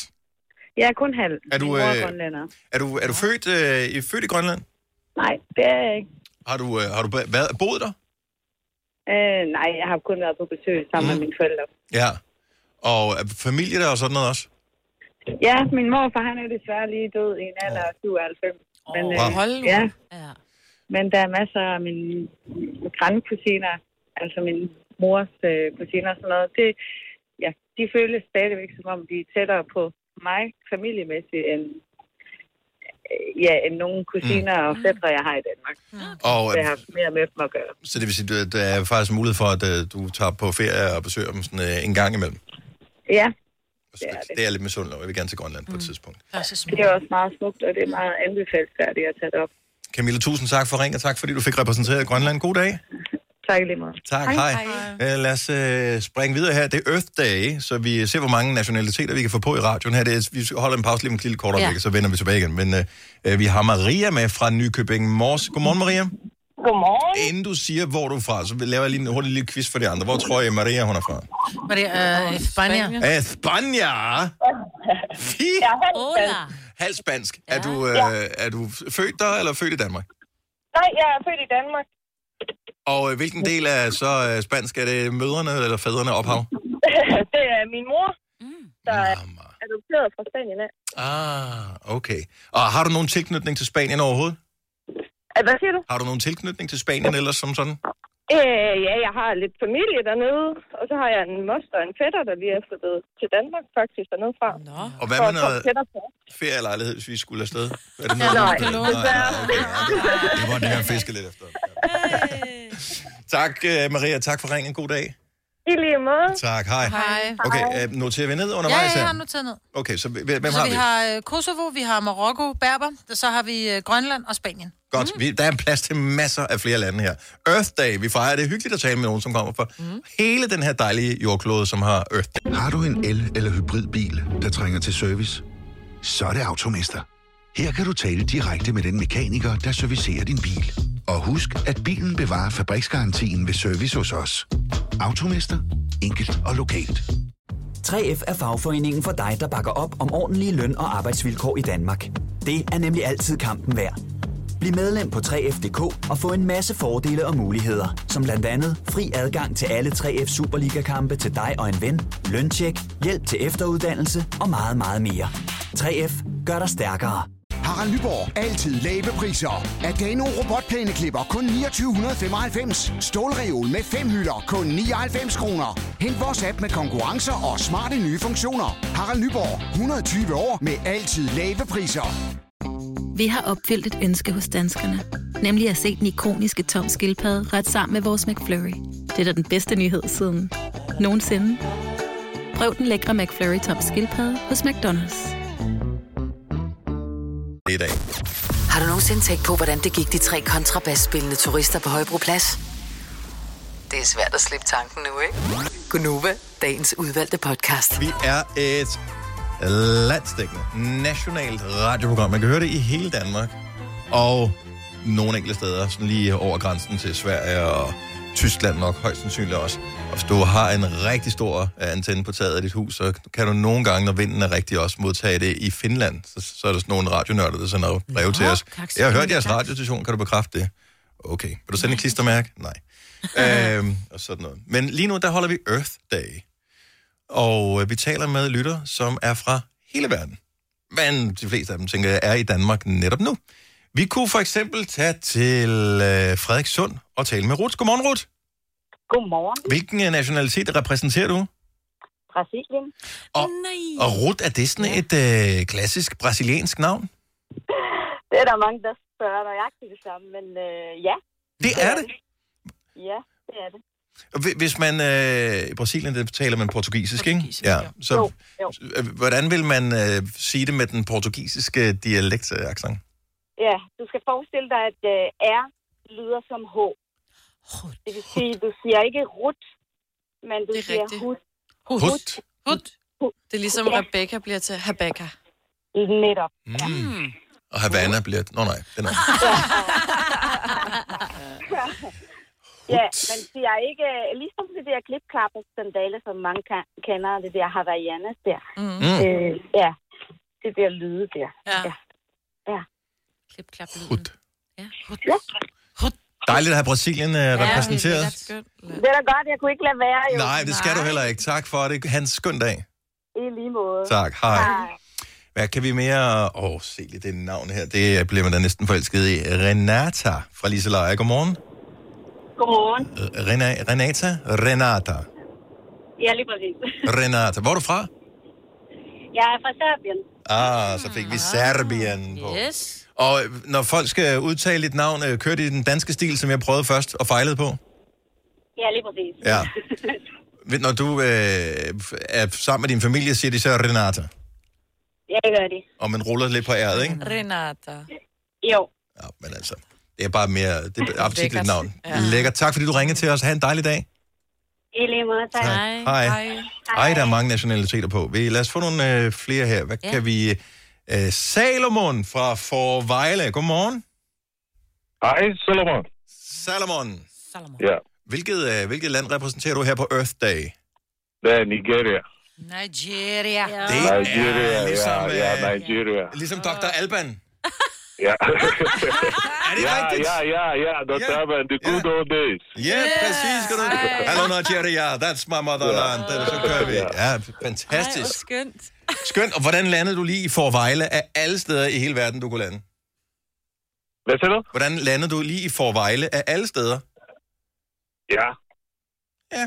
M: Jeg er kun halv.
A: Er du,
M: Min mor
A: øh,
M: er grønlænder.
A: Er du, er du født, øh, i- født i Grønland?
M: Nej, det er jeg ikke.
A: Har du, øh, har du ba- været, boet der?
M: Øh, nej, jeg har kun været på besøg sammen
A: Mm.
M: med mine forældre.
A: Ja. Og er familie der og sådan noget også?
M: Ja, min morfar, han er desværre lige død i en alder af 97. Men, øh,
A: Åh, hold
M: ja. Men der er masser af mine grandkusiner, altså min mors øh, kusiner og sådan noget. Det, ja, de føles stadigvæk, som om de er tættere på mig familiemæssigt, end, øh, ja, end nogle kusiner mm. og fædre, jeg har i Danmark. Okay.
A: Og,
M: Så jeg har haft mere med dem at gøre.
A: Så det vil sige, at der er faktisk mulighed for, at øh, du tager på ferie og besøger dem sådan, øh, en gang imellem.
M: Ja,
A: Det er jeg lidt misundelig over. Jeg vil gerne til Grønland på et tidspunkt.
M: det er også meget smukt, og det er meget anbefalesværdigt at tage det op.
A: Camilla, tusind tak for ringen, og tak fordi du fik repræsenteret Grønland. God dag.
M: Tak i lige måde.
A: Tak, hej.
M: Hej.
A: hej. hej. Lad os øh, springe videre her. Det er Earth Day, så vi ser, hvor mange nationaliteter vi kan få på i radioen her. Det er, vi holder en pause lige om et lille kort øjeblik,
J: Ja.
A: ja. så vender vi tilbage igen. Men øh, øh, vi har Maria med fra Nykøbing Mors. Godmorgen, Maria.
T: Godmorgen.
A: Inden du siger, hvor du er fra, så laver jeg lige en hurtig lille quiz for de andre. Hvor tror jeg, Maria hun er fra?
B: Var det øh, Spanien?
A: Ja. Spania!
B: Ja,
M: Hola.
A: Halv spansk. Ja. Er, du, øh, er du født der, eller født i Danmark?
M: Nej, jeg er født i Danmark.
A: Og øh, hvilken del er så øh, spansk? Er det mødrene eller fædrene ophav?
M: det er min mor, der er adopteret fra Spanien af.
A: Ah, okay. Og har du nogen tilknytning til Spanien overhovedet?
M: Hvad siger du?
A: Har du nogen tilknytning til Spanien ellers som sådan?
M: Øh, ja, jeg har lidt familie dernede, og så har jeg en moster og en fætter, der lige er flyttet til Danmark faktisk dernede fra. Nå.
A: Og hvad
M: For
A: med
M: at komme
A: noget-
M: tættere på.
A: Ferielejlighed, hvis vi skulle afsted? Er det
M: Nej,
A: du-
M: desværre.
A: Det var det, jeg fiskede lidt efter. tak, øh, Maria. Tak for ringen. God dag.
M: I lige måde.
A: Tak. Hej.
B: Hej.
A: Okay, øh, noterer vi ned
B: Ja,
A: undervejs
B: ja, jeg har
A: her?
B: noteret ned.
A: Okay, så hvem hvem
B: så
A: har
B: vi
A: vi?
B: har øh, Kosovo, vi har Marokko, Berber, så har vi øh, Grønland og Spanien.
A: Godt, vi, der er plads til masser af flere lande her. Earth Day, vi fejrer det. Hyggeligt at tale med nogen, som kommer fra mm. hele den her dejlige jordklode, som har Earth Day.
N: Har du en el- eller hybridbil, der trænger til service? Så er det Automester. Her kan du tale direkte med den mekaniker, der servicerer din bil. Og husk, at bilen bevarer fabriksgarantien ved service hos os. Automester. Enkelt og lokalt.
O: 3F er fagforeningen for dig, der bakker op om ordentlige løn- og arbejdsvilkår i Danmark. Det er nemlig altid kampen værd. Bliv medlem på 3F.dk og få en masse fordele og muligheder, som blandt andet fri adgang til alle 3F Superliga-kampe til dig og en ven, løntjek, hjælp til efteruddannelse og meget, meget mere. 3F gør dig stærkere.
P: Harald Nyborg. Altid lave priser. Adano robotplæneklipper kun 2995. Stålreol med fem hylder kun 99 kroner. Hent vores app med konkurrencer og smarte nye funktioner. Harald Nyborg. 120 år med altid lave priser.
Q: Vi har opfyldt et ønske hos danskerne. Nemlig at se den ikoniske tom skildpadde ret sammen med vores McFlurry. Det er da den bedste nyhed siden nogensinde. Prøv den lækre McFlurry tom skildpadde hos McDonald's.
A: Det er i dag.
E: Har du nogensinde tænkt på, hvordan det gik de tre kontrabasspillende turister på Højbroplads? Det er svært at slippe tanken nu, ikke? Gunova, dagens udvalgte podcast.
A: Vi er et landstækkende, nationalt radioprogram. Man kan høre det i hele Danmark. Og nogle enkelte steder, sådan lige over grænsen til Sverige og Tyskland nok, højst sandsynligt også. Og hvis du har en rigtig stor øh, antenne på taget af dit hus, så kan du nogle gange, når vinden er rigtig, også modtage det i Finland. Så, så er der sådan nogle radionørder, der sender brev til os.
U: kaks-
A: Jeg har hørt jeres radiostation, kan du bekræfte det? Okay. Vil du sende et klistermærke? Nej. øhm, og sådan noget. Men lige nu, der holder vi Earth Day. Og øh, vi taler med lytter, som er fra hele verden. Men de fleste af dem, tænker jeg, er i Danmark netop nu. Vi kunne for eksempel tage til øh, Frederikssund og tale med Ruth. Godmorgen, Ruth.
V: Godmorgen,
A: Hvilken øh, nationalitet repræsenterer du?
V: Brasilien.
A: Og, og Ruth, er det sådan et øh, klassisk brasiliansk navn?
V: Det er der mange, der spørger nøjagtigt det samme, men øh, ja.
A: Det er det.
V: Ja, det er det.
A: Og hvi- Hvis man øh, i Brasilien, der taler man portugisisk, ikke? Ja. Så
V: Jo,
A: øh, hvordan vil man øh, sige det med den portugisiske dialekt, øh, accent?
V: Ja, du skal forestille dig, at øh, R lyder som H. Det vil sige, du siger ikke rut, men du siger hut.
C: Hut. Hut. Det er ligesom Rebecca bliver til Habakka.
V: Netop.
A: Mm. Og Havana bliver... Nå nej, den er...
V: Ja, man siger ikke, øh, ligesom det der klipklappet sandale, som mange kan, kender, det der Havaianas der.
C: Mm.
V: Øh, ja, det der lyde der. Ja. ja. ja.
D: Klipklap
A: Hut.
D: Ja.
V: ja.
A: Dejligt at have Brasilien øh, repræsenteret.
V: Det er da godt, jeg kunne ikke lade være. Jo.
A: Nej, det skal du heller ikke. Tak for det. Hans skøn dag.
V: I lige måde.
A: Tak. Hej. Hvad kan vi mere... Åh, oh, se lige det navn her. Det bliver man da næsten forelsket i. Renata fra Liseleje. Godmorgen.
T: Godmorgen.
A: Øh, Rena- Renata? Renata.
T: Ja, lige præcis.
A: Renata. Hvor er du fra?
T: Jeg er fra Serbien.
A: Ah, så fik vi Serbien på.
T: Yes.
A: Og øh, når folk skal udtale dit navn, øh, kører de i den danske stil, som jeg prøvede først og fejlede på?
T: Ja, lige præcis.
A: Ja. Ved- Når du øh, er sammen med din familie, siger de så Renata.
T: Jeg gør det.
A: Og man ruller lidt på æret, ikke?
C: Renata.
T: Jo.
A: Men altså, det er bare mere... Det er et appetitligt
C: Lækkert.
A: navn.
C: Ja.
A: Lækkert. Tak, fordi du ringede til os. Ha' en dejlig dag.
T: I lige måde. Tak. Hej.
A: Hej. Ej, der er mange nationaliteter på. Vi, lad os få nogle øh, flere her. Hvad
T: Ja.
A: ja. kan vi... Øh, Salomon fra Forvejle. Godmorgen.
W: Hej, Salomon.
A: Salomon.
W: Ja,
A: Hvilket, øh, hvilket land repræsenterer du her på Earth Day?
W: det er Nigeria.
B: Nigeria. Ja.
W: Nigeria, ja,
A: ligesom,
W: ja, ja, Nigeria.
A: Ligesom Dr. Alban.
W: Ja.
A: er det
W: ja,
A: rigtigt?
W: Ja, ja, ja, Dr. Yeah. Alban, the good old days.
A: Ja, yeah, yeah, præcis. Skal du... Hello Nigeria, that's my motherland. Yeah. Så kører vi. Ja, fantastisk.
C: skønt.
A: Skønt. Og hvordan landede du lige i Forvejle af alle steder i hele verden, du kunne lande?
W: Hvad siger du?
A: Hvordan landede du lige i Forvejle af alle steder?
W: Ja.
D: Ja,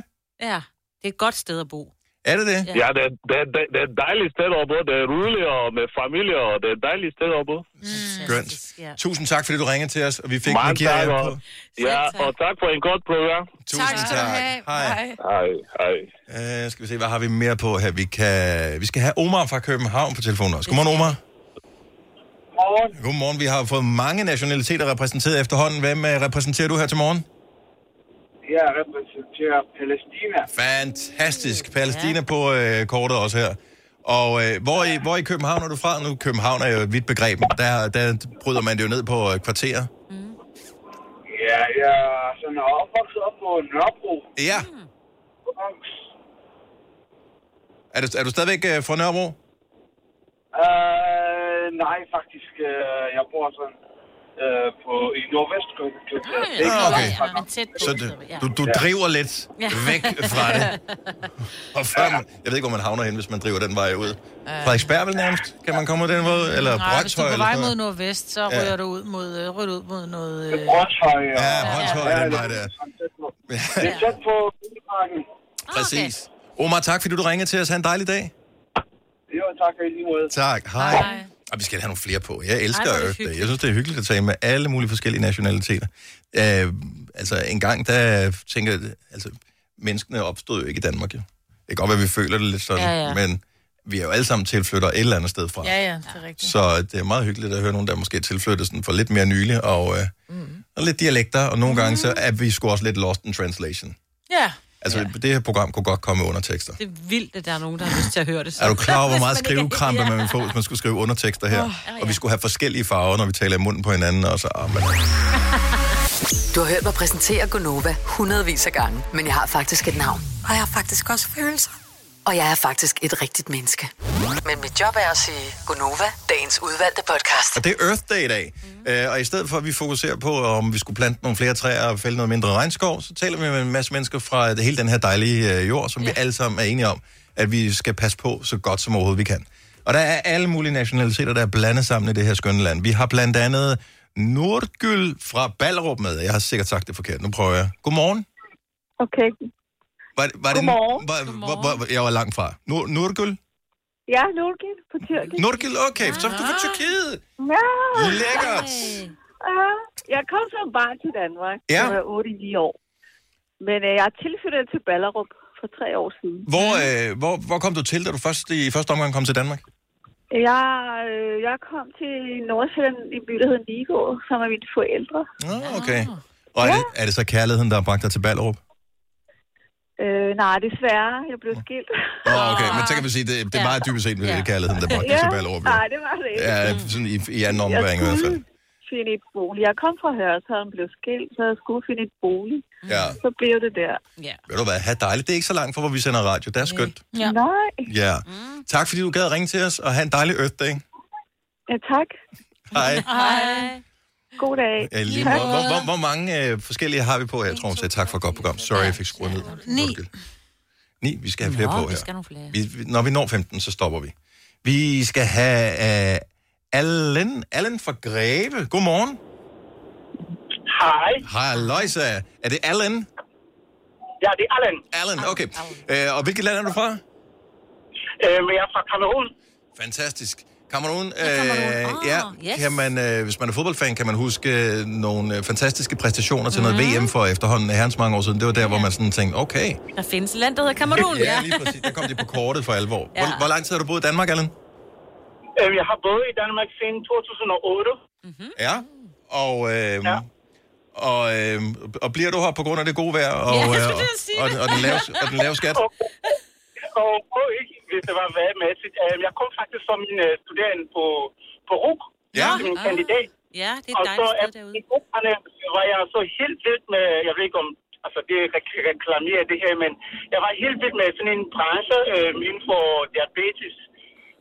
D: det er et godt sted at bo.
A: Er det det?
D: Ja.
W: Ja, det er, det, er, det er et dejligt sted at bo. Det er roligt og med familie, og det er et dejligt sted at bo.
A: Skønt. Tusind tak, fordi du ringede til os, og vi fik
W: Mange
A: Nigeria
W: tak,
A: på.
W: og- Ja, og tak for en godt program.
A: Tusind Tak skal du tak. have. Hej.
W: Hej, hej.
A: Uh, skal vi se, hvad har vi mere på her? Vi, kan... vi skal have Omar fra København på telefonen også. Godmorgen, Omar. Godmorgen. Godmorgen. Vi har fået mange nationaliteter repræsenteret efterhånden. Hvem uh, repræsenterer du her til morgen?
X: Jeg repræsenterer Palæstina.
A: Fantastisk. Palæstina på øh, kortet også her. Og øh, hvor, i, hvor i København er du fra nu? København er jo et vidt begreb. Der, der bryder man det jo ned på øh, kvarterer.
X: Ja, jeg er sådan opvokset op på Nørrebro.
A: Ja. Er du, er du stadigvæk øh, fra Nørrebro?
K: øh,
X: Uh, nej, faktisk. øh, Jeg bor sådan øh, på, i Nordvestkøbenhavn.
A: Nå, okay.
B: Men tæt på.
A: Så du, du, du driver lidt væk fra det. Og før man, jeg ved ikke, hvor man havner hen, hvis man driver den vej ud. Frederiksberg vel nærmest? Kan man komme ud den måde? Eller
B: Nej, hvis du
A: Brøndshøj
B: er på
A: eller
B: vej
A: sådan
B: mod
A: noget?
B: nordvest, så
A: Ja.
B: ryger du ud mod, øh, ryger du ud mod noget... Øh...
X: Brøndshøj.
A: Ja, Brøndshøj, den vej der.
X: Det er tæt på Bilparken.
A: Præcis. Omar, tak fordi du ringede til os. Ha' en dejlig dag.
X: Jo, tak og i lige måde.
A: Tak. Hej. Og vi skal have nogle flere på. Jeg elsker
X: Ej, hvor er
A: Earth Day.
X: det hyggeligt.
A: Jeg synes, det er hyggeligt at tale med alle mulige forskellige nationaliteter. Øh, altså, en gang, der tænker jeg, altså, menneskene opstod jo ikke i Danmark, jo. Det kan godt være, vi føler det lidt sådan,
B: Ja, ja.
A: men vi er jo alle sammen tilflytter et eller andet sted fra.
B: Ja, ja, det er rigtigt.
A: Så det er meget hyggeligt at høre nogen, der måske er tilflyttet sådan for lidt mere nylig, og, øh, mm. og lidt dialekter, og nogle gange så er vi sgu også lidt lost in translation.
B: Ja,
A: Altså, ja. det her program kunne godt komme med undertekster.
D: Det er vildt, at der er nogen, der har lyst til at høre det.
A: Er du klar over, hvor
D: Hvis man
A: meget
D: ikke er-
A: skrivekrampe man ville få, hvis man skulle skrive undertekster her?
D: Åh,
A: Og vi skulle have forskellige farver, når vi taler i munden på hinanden, og så... Ah, men...
E: Du har hørt mig præsentere Gonova hundredvis af gange, men jeg har faktisk et navn.
H: Og jeg har faktisk også følelser.
E: Og jeg er faktisk et rigtigt menneske. Men mit job er at sige Gonova, dagens udvalgte podcast.
A: Og det er Earth Day i dag.
D: Mhm.
A: Mm. Øh, og i stedet for, at vi fokuserer på, om vi skulle plante nogle flere træer og fælde noget mindre regnskov, så taler vi med en masse mennesker fra det- hele den her dejlige øh, jord, som ja. vi alle sammen er enige om, at vi skal passe på så godt som overhovedet vi kan. Og der er alle mulige nationaliteter, der er blandet sammen i det her skønne land. Vi har blandt andet Nordgyld fra Ballerup med. Jeg har sikkert sagt det forkert. Nu prøver jeg. Godmorgen.
I: Okay.
A: Var, var det,
I: Godmorgen.
A: Var, var, var, jeg var langt fra. Nor- Nordgyld?
I: Ja, Nurgil på tyrkisk.
A: Nordgyld, okay. Så er du fra Tyrkiet.
I: Ja.
A: Lækkert.
I: Ja, jeg kom som barn til Danmark.
A: Ja.
I: Jeg var 8 i 9 år. Men øh, jeg er tilflyttet til Ballerup for tre år siden.
A: Hvor, øh, hvor, hvor kom du til, da du først i første omgang kom til Danmark?
I: Jeg, øh, jeg kom til Nordsjælland i en by, der hedder Nigå, som er mine forældre.
A: Ah, Okay. Og er, det, er det så kærligheden, der har bragt dig til Ballerup?
I: Øh, nej, desværre. Jeg blev skilt.
A: Oh, okay,
I: Ah.
A: men så kan vi sige, det, det var dybest set ja. kærligheden, der bragte dig til Ballerup. jo.
I: Nej, det var det ikke.
A: Ja, øh, sådan i, i anden
I: jeg
A: omværing i hvert fald.
I: skulle finde et bolig. Jeg kom fra Hørsholm, blev skilt, så jeg skulle finde et bolig.
A: Ja.
I: Så blev det der.
D: Ja.
A: Ved du hvad, ha' dejligt. Det er ikke så langt fra, hvor vi sender radio. Det er skønt.
I: ja. Nej.
A: Ja. Tak fordi du gad at ringe til os, og have en dejlig Earth Day.
I: Ja, tak.
A: Hej.
I: Hej. God dag.
A: Ja, lige hvor, hvor, hvor, hvor mange øh, forskellige har vi på her, tror jeg. Tak for et godt program. Sorry, jeg fik skruet ned.
B: ni.
A: Ni, vi skal have flere
B: Nå,
A: på
B: vi
A: her.
B: skal have nogle flere.
A: Vi, vi- når vi når 15, så stopper vi. Vi skal have uh, Allen, Allen fra Greve. Godmorgen.
X: Hej.
A: Hej, Løjsa. Er det Allen?
X: Ja, det er Allen.
A: Allen, okay. Uh, og hvilket land er du fra?
X: Øh, men jeg er fra Kamerun.
A: Fantastisk. Kamerun, øh, ja,
X: yes.
A: kan man, øh, hvis man er fodboldfan, kan man huske øh, nogle øh, fantastiske præstationer til noget VM for efterhånden herrens mange år siden. Det var der, hvor man sådan tænkte, okay,
D: Der findes et land, der hedder Kamerun.
A: Ja, lige præcis. Der kom de på kortet for alvor. Ja. Hvor, hvor lang tid har du boet i Danmark, Allen?
X: Øh, jeg har boet i Danmark siden 2008.
A: Ja. Og, øh, ja. Og, øh, og bliver du her på grund af det gode vejr og,
X: Ja,
A: øh,
X: jeg skulle
A: og,
X: til at sige
A: og,
X: det.
A: og, den lave, og den lave skat?
X: Og på ikke, hvis det var værmæssigt. Øh, jeg kom faktisk som min øh, studerende på, på RUK.
A: Ja.
X: Til min kandidat.
D: Ja, det er
X: og så
D: dejligt sted
X: efter grupperne var jeg så helt vild med, jeg ved ikke om, altså det er rek- reklamere det her, men jeg var helt vild med sådan en branche øh, inden for diabetes.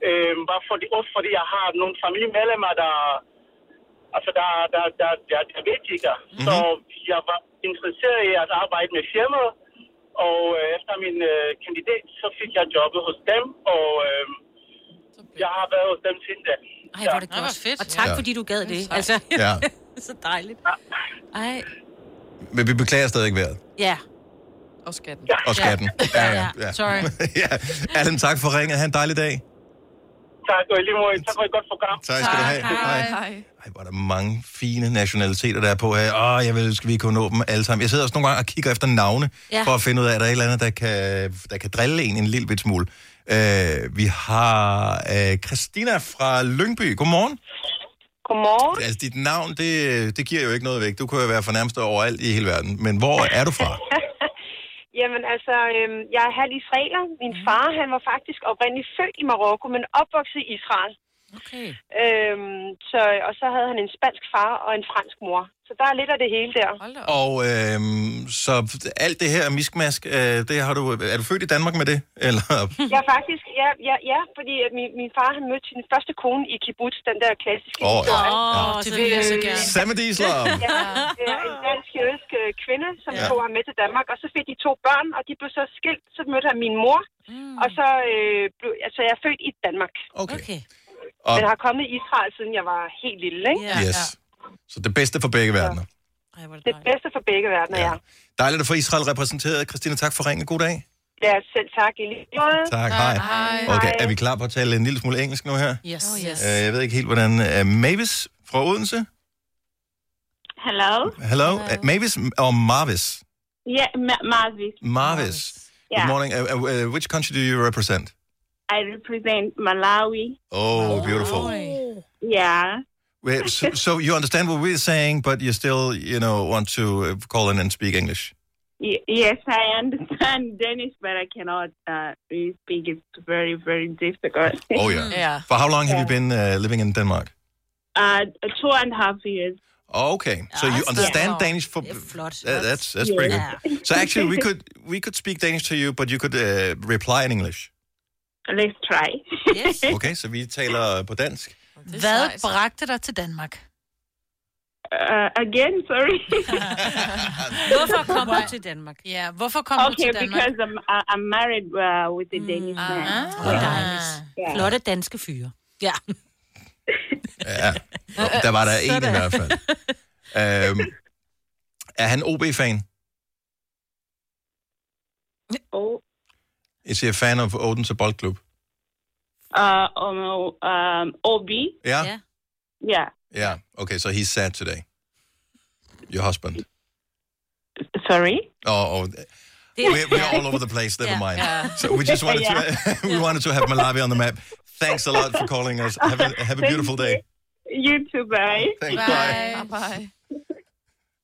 X: Øh, bare fordi, også fordi jeg har nogle familiemedlemmer, der, altså der, der, der, der er diabetikere. Mm-hmm. Så jeg var interesseret i at arbejde med firmaet, og øh, efter min øh, kandidat, så fik jeg jobbet hos dem, og øh, jeg har været hos dem siden da.
D: Ej, hvor er det godt. fedt. Og tak,
A: Ja.
D: fordi du gad det. Altså,
A: Ja.
D: så dejligt. Ej,
A: Men vi beklager stadig vejret.
D: ja.
C: Og skatten.
A: Og skatten.
D: Ja, ja. Sorry.
A: ja. Allen, tak for ringet. Ha' en dejlig dag.
X: Tak, og i lige måde, tak for et godt program.
A: Tak skal du have. Hej. Ej, hvor er der mange fine nationaliteter, der er på her. Åh, jeg vil, skal vi kunne nå dem alle sammen. Jeg sidder også nogle gange og kigger efter navne,
J: Ja.
A: ja. for at finde ud af, at der er et eller andet, der kan, der kan drille en en lille bit smule. Øh, vi har øh, Christina fra Lyngby. Godmorgen.
U: Godmorgen.
A: Altså, dit navn, det, det giver jo ikke noget væk. Du kunne jo være for nærmest overalt i hele verden. Men hvor er du fra?
U: Jamen altså, øhm, jeg er halv israeler. Min far, han var faktisk oprindeligt født i Marokko, men opvokset i Israel.
D: Okay.
U: Øhm, så, og så havde han en spansk far og en fransk mor. Så der er lidt af det hele der.
A: Og øh, så alt det her miskmask, øh, det har du, er du født i Danmark med det? Eller?
U: Ja, faktisk. Ja, ja, ja fordi at min, min far han mødte sin første kone i kibbutz, den der klassiske
A: Åh, ja.
B: Åh, det vil jeg så gerne.
A: Samad Islam.
U: ja, øh, en dansk jødisk øh, kvinde, som
A: Ja.
U: ja. tog ham med til Danmark, og så fik de to børn, og de blev så skilt. Så mødte han min mor, og så øh, blev, altså, jeg er født i Danmark.
A: Okay. okay.
U: Og...
A: Og-
U: Men har kommet i Israel, siden jeg var helt lille, ikke?
A: Ja, yes. Så det bedste for begge verdener.
U: Det bedste for begge verdener, ja.
A: Dejligt at få Israel repræsenteret. Christina, tak for ringen. God dag.
U: Ja, selv tak. I lige måde.
A: Tak, hej. Okay, er vi klar på at tale en lille smule engelsk nu her?
B: Yes. Oh, yes.
A: Øh, jeg ved ikke helt, hvordan... Uh, Mavis fra Odense?
T: Hello?
A: Hello? Hello. Uh, Mavis or Marvis?
T: Yeah, Ma- Marvis.
A: Marvis.
T: Yeah.
A: Good morning. Uh, uh, uh, which country do you represent?
T: I represent Malawi.
A: Oh, beautiful.
T: Yeah.
A: Wait, so, so you understand what we're saying, but you still, you know, want to uh, call in and speak English.
T: Y- yes, I understand Danish, but I cannot uh, really speak. It's very, very difficult.
A: Oh, yeah. For how long have you been uh, living in Denmark?
T: Uh, two and a half years.
A: Oh, okay, so you understand Danish for
B: er
A: Uh, that's that's pretty good. So actually, we could we could speak Danish to you, but you could uh, reply in English.
T: Let's try.
B: Yes.
A: Okay, så vi taler på dansk.
B: Hvad bragte dig til Danmark?
T: Uh, again, sorry.
B: Hvorfor kom du til Danmark? Ja, hvorfor kom du
T: okay,
B: til Danmark? Ah.
T: because I'm, I- I'm married uh, with
H: Mm.
T: a Danish man.
A: Ah.
D: Ja. Ah. Flotte danske fyre. Ja.
A: Ja, der var der en i hvert fald. Um, er han OB-fan?
T: Oh,
A: Jeg siger fan of Odense Boldklub.
T: uh, um, um, OB.
A: Ja? Yeah?
T: Yeah.
A: Yeah. Okay, so he's sad today. Your husband.
T: Sorry.
A: Oh, oh. We're, we're all over the place. Never mind. So we just wanted to we wanted to have Malawi on the map. Thanks a lot for calling us. Have a, have a
T: Thank
A: beautiful day.
T: You too, bye.
A: Thanks,
B: Ah,
T: bye. Bye.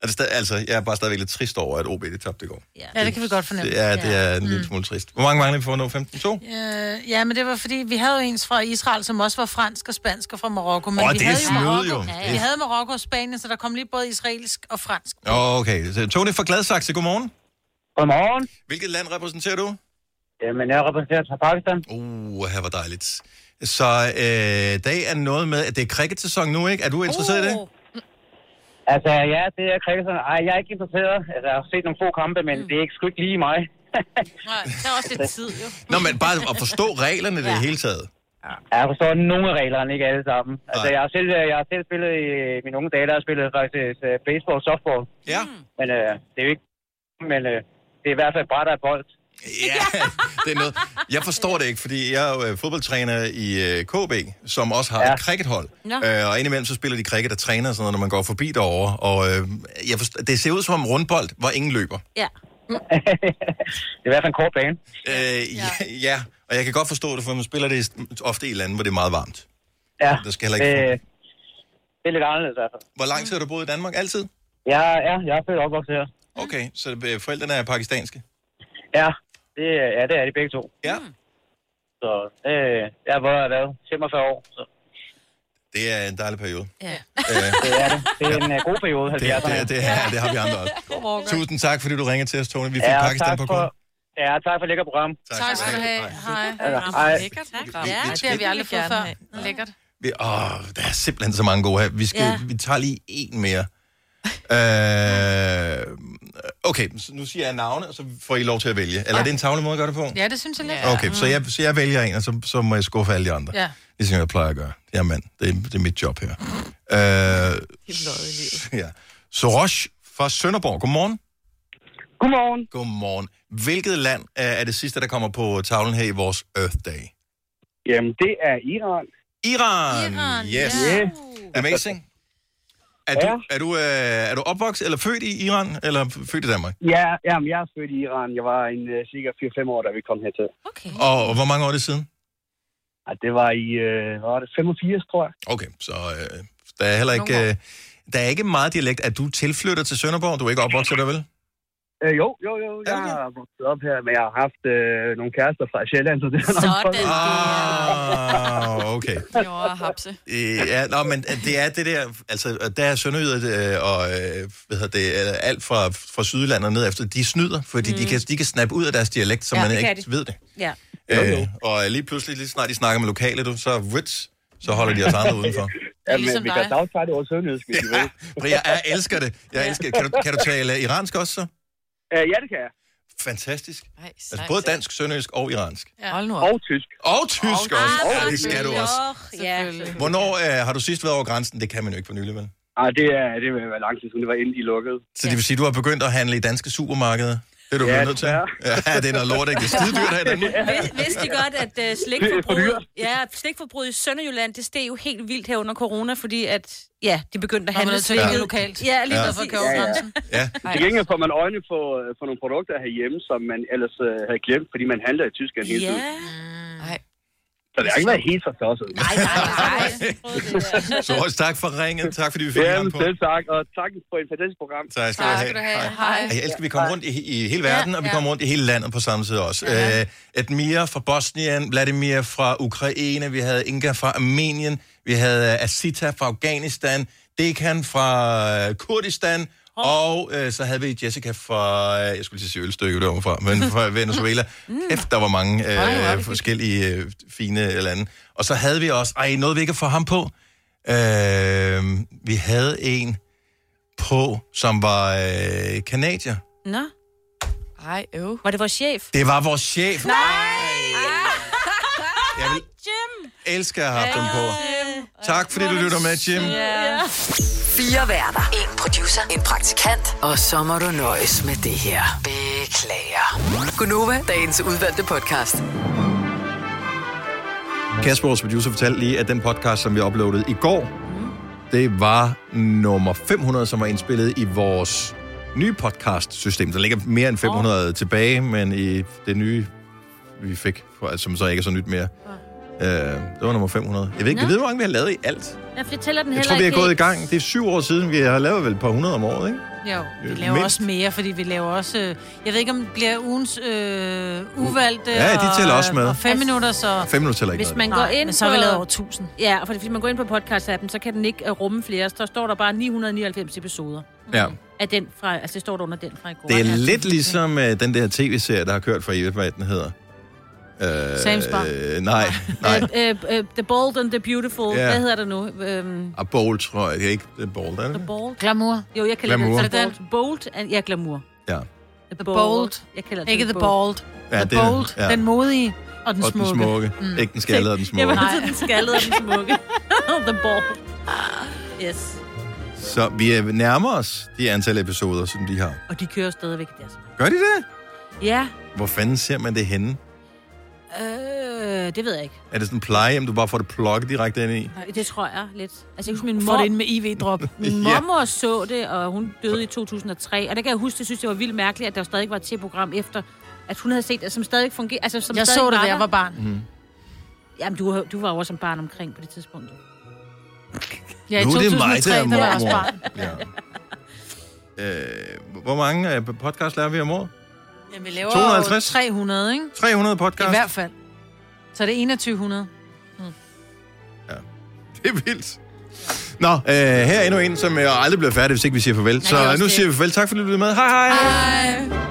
A: Er det stadig, altså, jeg er bare stadigvæk lidt trist over, at OB det tabte i går.
B: Ja, det kan vi godt fornemme.
A: Det er, det er en lille smule trist. Hvor mange mangler vi for at nå 15-2?
B: Øh, ja, men det var fordi, vi havde jo en fra Israel, som også var fransk og spansk og fra Marokko. Men
A: Åh,
B: vi
A: det er
B: havde
A: snyd,
B: Marokko.
A: jo. Det er-
B: Vi havde Marokko og Spanien, så der kom lige både israelsk og fransk.
A: Okay, så Tony fra Gladsaxe, godmorgen. Godmorgen. Hvilket land repræsenterer du? Jamen, jeg repræsenterer fra Pakistan. Uh, her var dejligt. Så øh, dag er noget med, at det er cricket-sæson nu, ikke? Er du interesseret uh. i det?
H: Altså, ja, det er kritisk. Ej, jeg er ikke interesseret. Altså, jeg har set nogle få kampe, men mm. det er ikke sgu ikke lige mig.
D: Nej, det er også lidt tid, jo.
A: Nå, men bare at forstå reglerne i det hele taget.
H: Ja, Jeg forstår nogle af reglerne, ikke alle sammen. Altså, jeg har, selv, jeg har selv spillet i mine unge dage, der har jeg spillet faktisk øh, baseball og softball.
A: Ja.
H: Men øh, det er jo ikke... Men øh, det er i hvert fald bræt af bold.
A: Ja, det er noget. Jeg forstår det ikke, fordi jeg er jo øh, fodboldtræner i øh, KB, som også har ja. et crickethold.
J: Nå.
A: Øh, og indimellem så spiller de cricket og træner og sådan noget, når man går forbi derovre. Og øh, jeg forstår, det ser ud som om rundbold, hvor ingen løber.
D: Ja.
A: Det er i hvert fald en kort bane. Øh, ja. ja. ja, og jeg kan godt forstå det, for man spiller det ofte i lande, hvor det er meget varmt.
H: Ja.
A: Der skal heller ikke...
H: Øh, det er lidt anderledes i hvert fald.
A: Hvor lang tid har du boet i Danmark? Altid?
H: Ja, ja, jeg er født og opvokset her.
A: Okay, så øh, forældrene er pakistanske?
H: Ja, det, er- ja, det er de begge to.
A: Ja.
H: Så øh, jeg har været været 45 år. Så.
A: Det er en dejlig periode.
D: Ja.
A: Øh,
H: Det er det. Det er en øh, god periode,
A: det,
H: 70'erne.
A: det, det, er, det har vi andre også. Tusind tak, fordi du ringer til os, Tony. Vi fik
H: Ja,
A: ja,
H: og
A: Pakistan
H: tak
A: på
H: for-
A: kort.
H: Ja, tak for et lækker program.
B: Tak skal du have. Hej.
H: Hej.
B: Lækkert.
H: Hej.
B: Ja, det har vi aldrig fået før. Lækkert.
A: Vi, åh, der er simpelthen så mange gode her. Vi, skal,
B: Ja.
A: ja. vi tager lige en mere. Øh, okay, så nu siger jeg navne, og så får I lov til at vælge. Eller er det en tavle måde at gøre det på?
B: Ja, det synes jeg lidt.
A: Okay, så jeg, så jeg vælger en, og så, så må jeg skuffe alle de andre.
B: Ja.
A: Ligesom jeg plejer at gøre. Det er mand. Det er, det er mit job her. Øh, ja. Soros fra Sønderborg. Godmorgen. Godmorgen. Godmorgen. Hvilket land er, er det sidste, der kommer på tavlen her i vores Earth Day?
K: Jamen, det er Iran.
A: Iran.
K: Iran,
A: yes.
K: ja.
A: Amazing. Er du, er, du, øh, er du opvokset eller født i Iran, eller født i Danmark?
K: Ja, jamen, jeg er født i Iran. Jeg var en, uh, cirka 4-5 år, da vi kom hertil.
D: Okay.
A: Og, og hvor mange år er det siden?
K: Ja, det var i øh, hvad var det 85, tror jeg.
A: Okay, så øh, der er heller ikke, øh, der er ikke meget dialekt. Er du tilflytter til Sønderborg? Du er ikke opvokset der, vel?
K: Øh, jo, jo, jo. Jeg har vokset op her, men jeg har haft øh, nogle kærester fra Sjælland, så det er nok
A: Ah, okay. okay.
G: Jo, og hapse.
A: Øh, ja, nå, men det er det der, altså, og der er sønderjyder øh, og øh, hvad hedder det, eller alt fra, fra Sydland og ned efter, de snyder, fordi mm. de, kan, de kan snappe ud af deres dialekt, så
D: Ja,
A: ja, man
D: det
A: ikke
D: kan de.
A: ved det.
D: Ja.
A: Øh, og lige pludselig, lige snart de snakker med lokale, du, så, rits, så holder de os andre udenfor.
K: Ja,
D: Ligesom
K: men vi kan dagtage det over sønderjysk, hvis I vil.
A: Maria, jeg elsker det. Jeg elsker det. Kan du, kan du tale iransk også så?
K: Øh, ja, det kan jeg.
A: Fantastisk.
K: Nej,
A: Altså både dansk, sønderjysk og iransk.
B: Ja. Hold nu op.
K: Og tysk.
A: Og tysk også.
B: Ah,
A: Ja, det skal du også.
D: Ja.
A: Hvornår øh, har du sidst været over grænsen? Det kan man jo ikke for nylig, vel?
K: Ej, Ah, det er, det vil være lang tid siden, det var endelig lukket.
A: Så det vil sige, at du har begyndt at handle i danske supermarkeder? Det er du
K: Ja,
A: blevet nødt til. Ja, det er noget lort, ikke? Det er skidedyrt her i Danmark.
D: Vid- Vidste I godt, at uh, slikforbruget, ja, slikforbruget i Sønderjylland, det steg jo helt vildt her under corona, fordi at, ja, de begyndte
B: Man
D: at
B: var
D: handle
B: nødt til at
D: slikket
B: vælge
D: lokalt. Ja, lige
K: Ja.
D: ja. præcis.
K: Ja, ja.
A: Ja.
K: Til gengæld får man øjne på, øh, på nogle produkter herhjemme, som man ellers øh, havde glemt, fordi man handler i Tyskland hele tiden.
G: Nej.
K: Så det har ikke været helt så tosset.
G: Nej, nej, nej.
A: Så også tak for ringet. Tak fordi vi fik
K: Ja,
A: ham på.
K: selv tak, og tak for et fantastisk program.
A: Tak skal du have.
G: Hej.
A: Jeg elsker, at vi kommer rundt i, i hele verden,
K: Ja,
A: ja, og vi
K: ja.
A: kommer rundt i hele landet på samme tid også. Ja. Øh, Edmir fra Bosnien, Vladimir fra Ukraine, vi havde Inga fra Armenien, vi havde øh, Asita fra Afghanistan, Dekan fra øh, Kurdistan, og øh, så havde vi Jessica fra, øh, jeg skulle lige sige Ølstykke, det var hun fra, men fra Venezuela. Kæft, der var mange øh, forskellige øh, fine lande. Og så havde vi også, ej, noget vi ikke får ham på. Øh, vi havde en på, som var øh, kanadier.
D: Nå.
G: Ej, øv.
D: Var det vores chef?
A: Det var vores chef. Nej! Jeg vil elske at have haft dem på. Tak fordi du lytter med, Jim.
E: Ja. Fire værter. En producer. En praktikant. Og så må du nøjes med det her. Beklager. Gunova, dagens udvalgte podcast.
A: Kasper, vores producer, fortalte lige, at den podcast, som vi uploadede i går, det var nummer 500, som var indspillet i vores nye podcast-system. Der ligger mere end 500 oh. tilbage, men i det nye, vi fik, for- altså, som så ikke er så nyt mere, øh, det var nummer 500. Jeg ved
D: Nå.
A: ikke, jeg ved, hvor mange vi har lavet i alt.
D: Jeg fortæller den
A: Jeg
D: heller
A: tror, vi er
D: ikke.
A: gået i gang. Det er syv år siden, vi har lavet vel et par hundrede om året, ikke?
B: Jo, vi
A: Øh,
B: laver
A: mindst.
B: også mere, fordi vi laver også... øh, Jeg ved ikke, om det bliver ugens øh, uvalgte
A: Ja, de tæller
B: og,
A: også med.
B: Og fem minutter, så...
A: Fem minutter tæller ikke
D: Hvis man
A: noget.
D: går
B: Nej,
D: ind
B: men så har vi
D: på-
B: lavet over 1000.
D: Ja, for hvis man går ind på podcast-appen, så kan den ikke øh, rumme flere. Så står der bare 999 episoder
A: Ja.
D: af den fra, altså det står der under den fra i går.
A: Det er lidt ligesom uh, den der tv-serie, der har kørt for evigt, hvad den hedder. Uh,
D: Sam's Bar.
A: nej, nej.
D: Øh, øh, the Bold and the Beautiful.
A: Ja.
D: Hvad hedder det nu? Øhm,
A: Og Bowl, tror jeg. Det er ikke det er Bowl, er det?
D: the Bold? Glamour. Jo, jeg kalder
A: Glamour.
D: det Bold. Bold and, ja, Glamour.
A: Ja.
D: The
B: Bold.
D: Jeg kalder det
B: Ikke The Bold.
A: Ja,
B: The
A: det er-
B: Bold.
A: ja.
B: Den modige og den
A: og
B: smukke.
A: den smukke.
B: Mm.
A: Mm. Ikke den skaldede og den
D: Jeg
A: smukke.
D: var altid den skaldede og den smukke. the Bold. Yes.
A: Så vi er nærmer os de antal episoder, som de har.
D: Og de kører stadigvæk i deres.
A: Gør de det?
D: Ja,
A: Hvor fanden ser man det henne?
D: øh, det ved jeg ikke.
A: Er det sådan en plejehjem, du bare får det plukket direkte ind i?
D: Nej, Det tror jeg lidt. Altså, jeg husker, min
B: Får
D: mor...
B: det ind med IV-drop.
D: Min mormor så det, og hun døde i 2003. Og der kan jeg huske, det synes, det var vildt mærkeligt, at der stadig var et tv-program efter, at hun havde set det, som stadig fungerer. Altså, som
B: Jeg
D: stadig
B: så det, da
D: der.
B: jeg var barn.
A: Mm.
D: Jamen, du, var- du var jo også som barn omkring på det tidspunkt. jo.
B: Ja, i
A: Nu er det mig,
B: 2003,
A: der er
B: der var jeg også
A: mormor.
B: barn.
A: Ja. Øh, hvor mange øh, podcast laver vi om året?
B: Jamen, vi laver
A: 250?
B: 250? 300, ikke?
A: 300 podcast.
B: I hvert fald. Så er det 2100.
A: Det er vildt. Nå, øh, her er endnu en, som øh, aldrig bliver færdig, hvis ikke vi siger farvel.
B: det er
A: Så
B: også
A: nu
B: det.
A: siger vi farvel. Tak fordi du lyttede med. Hej hej. hej.
B: Hej.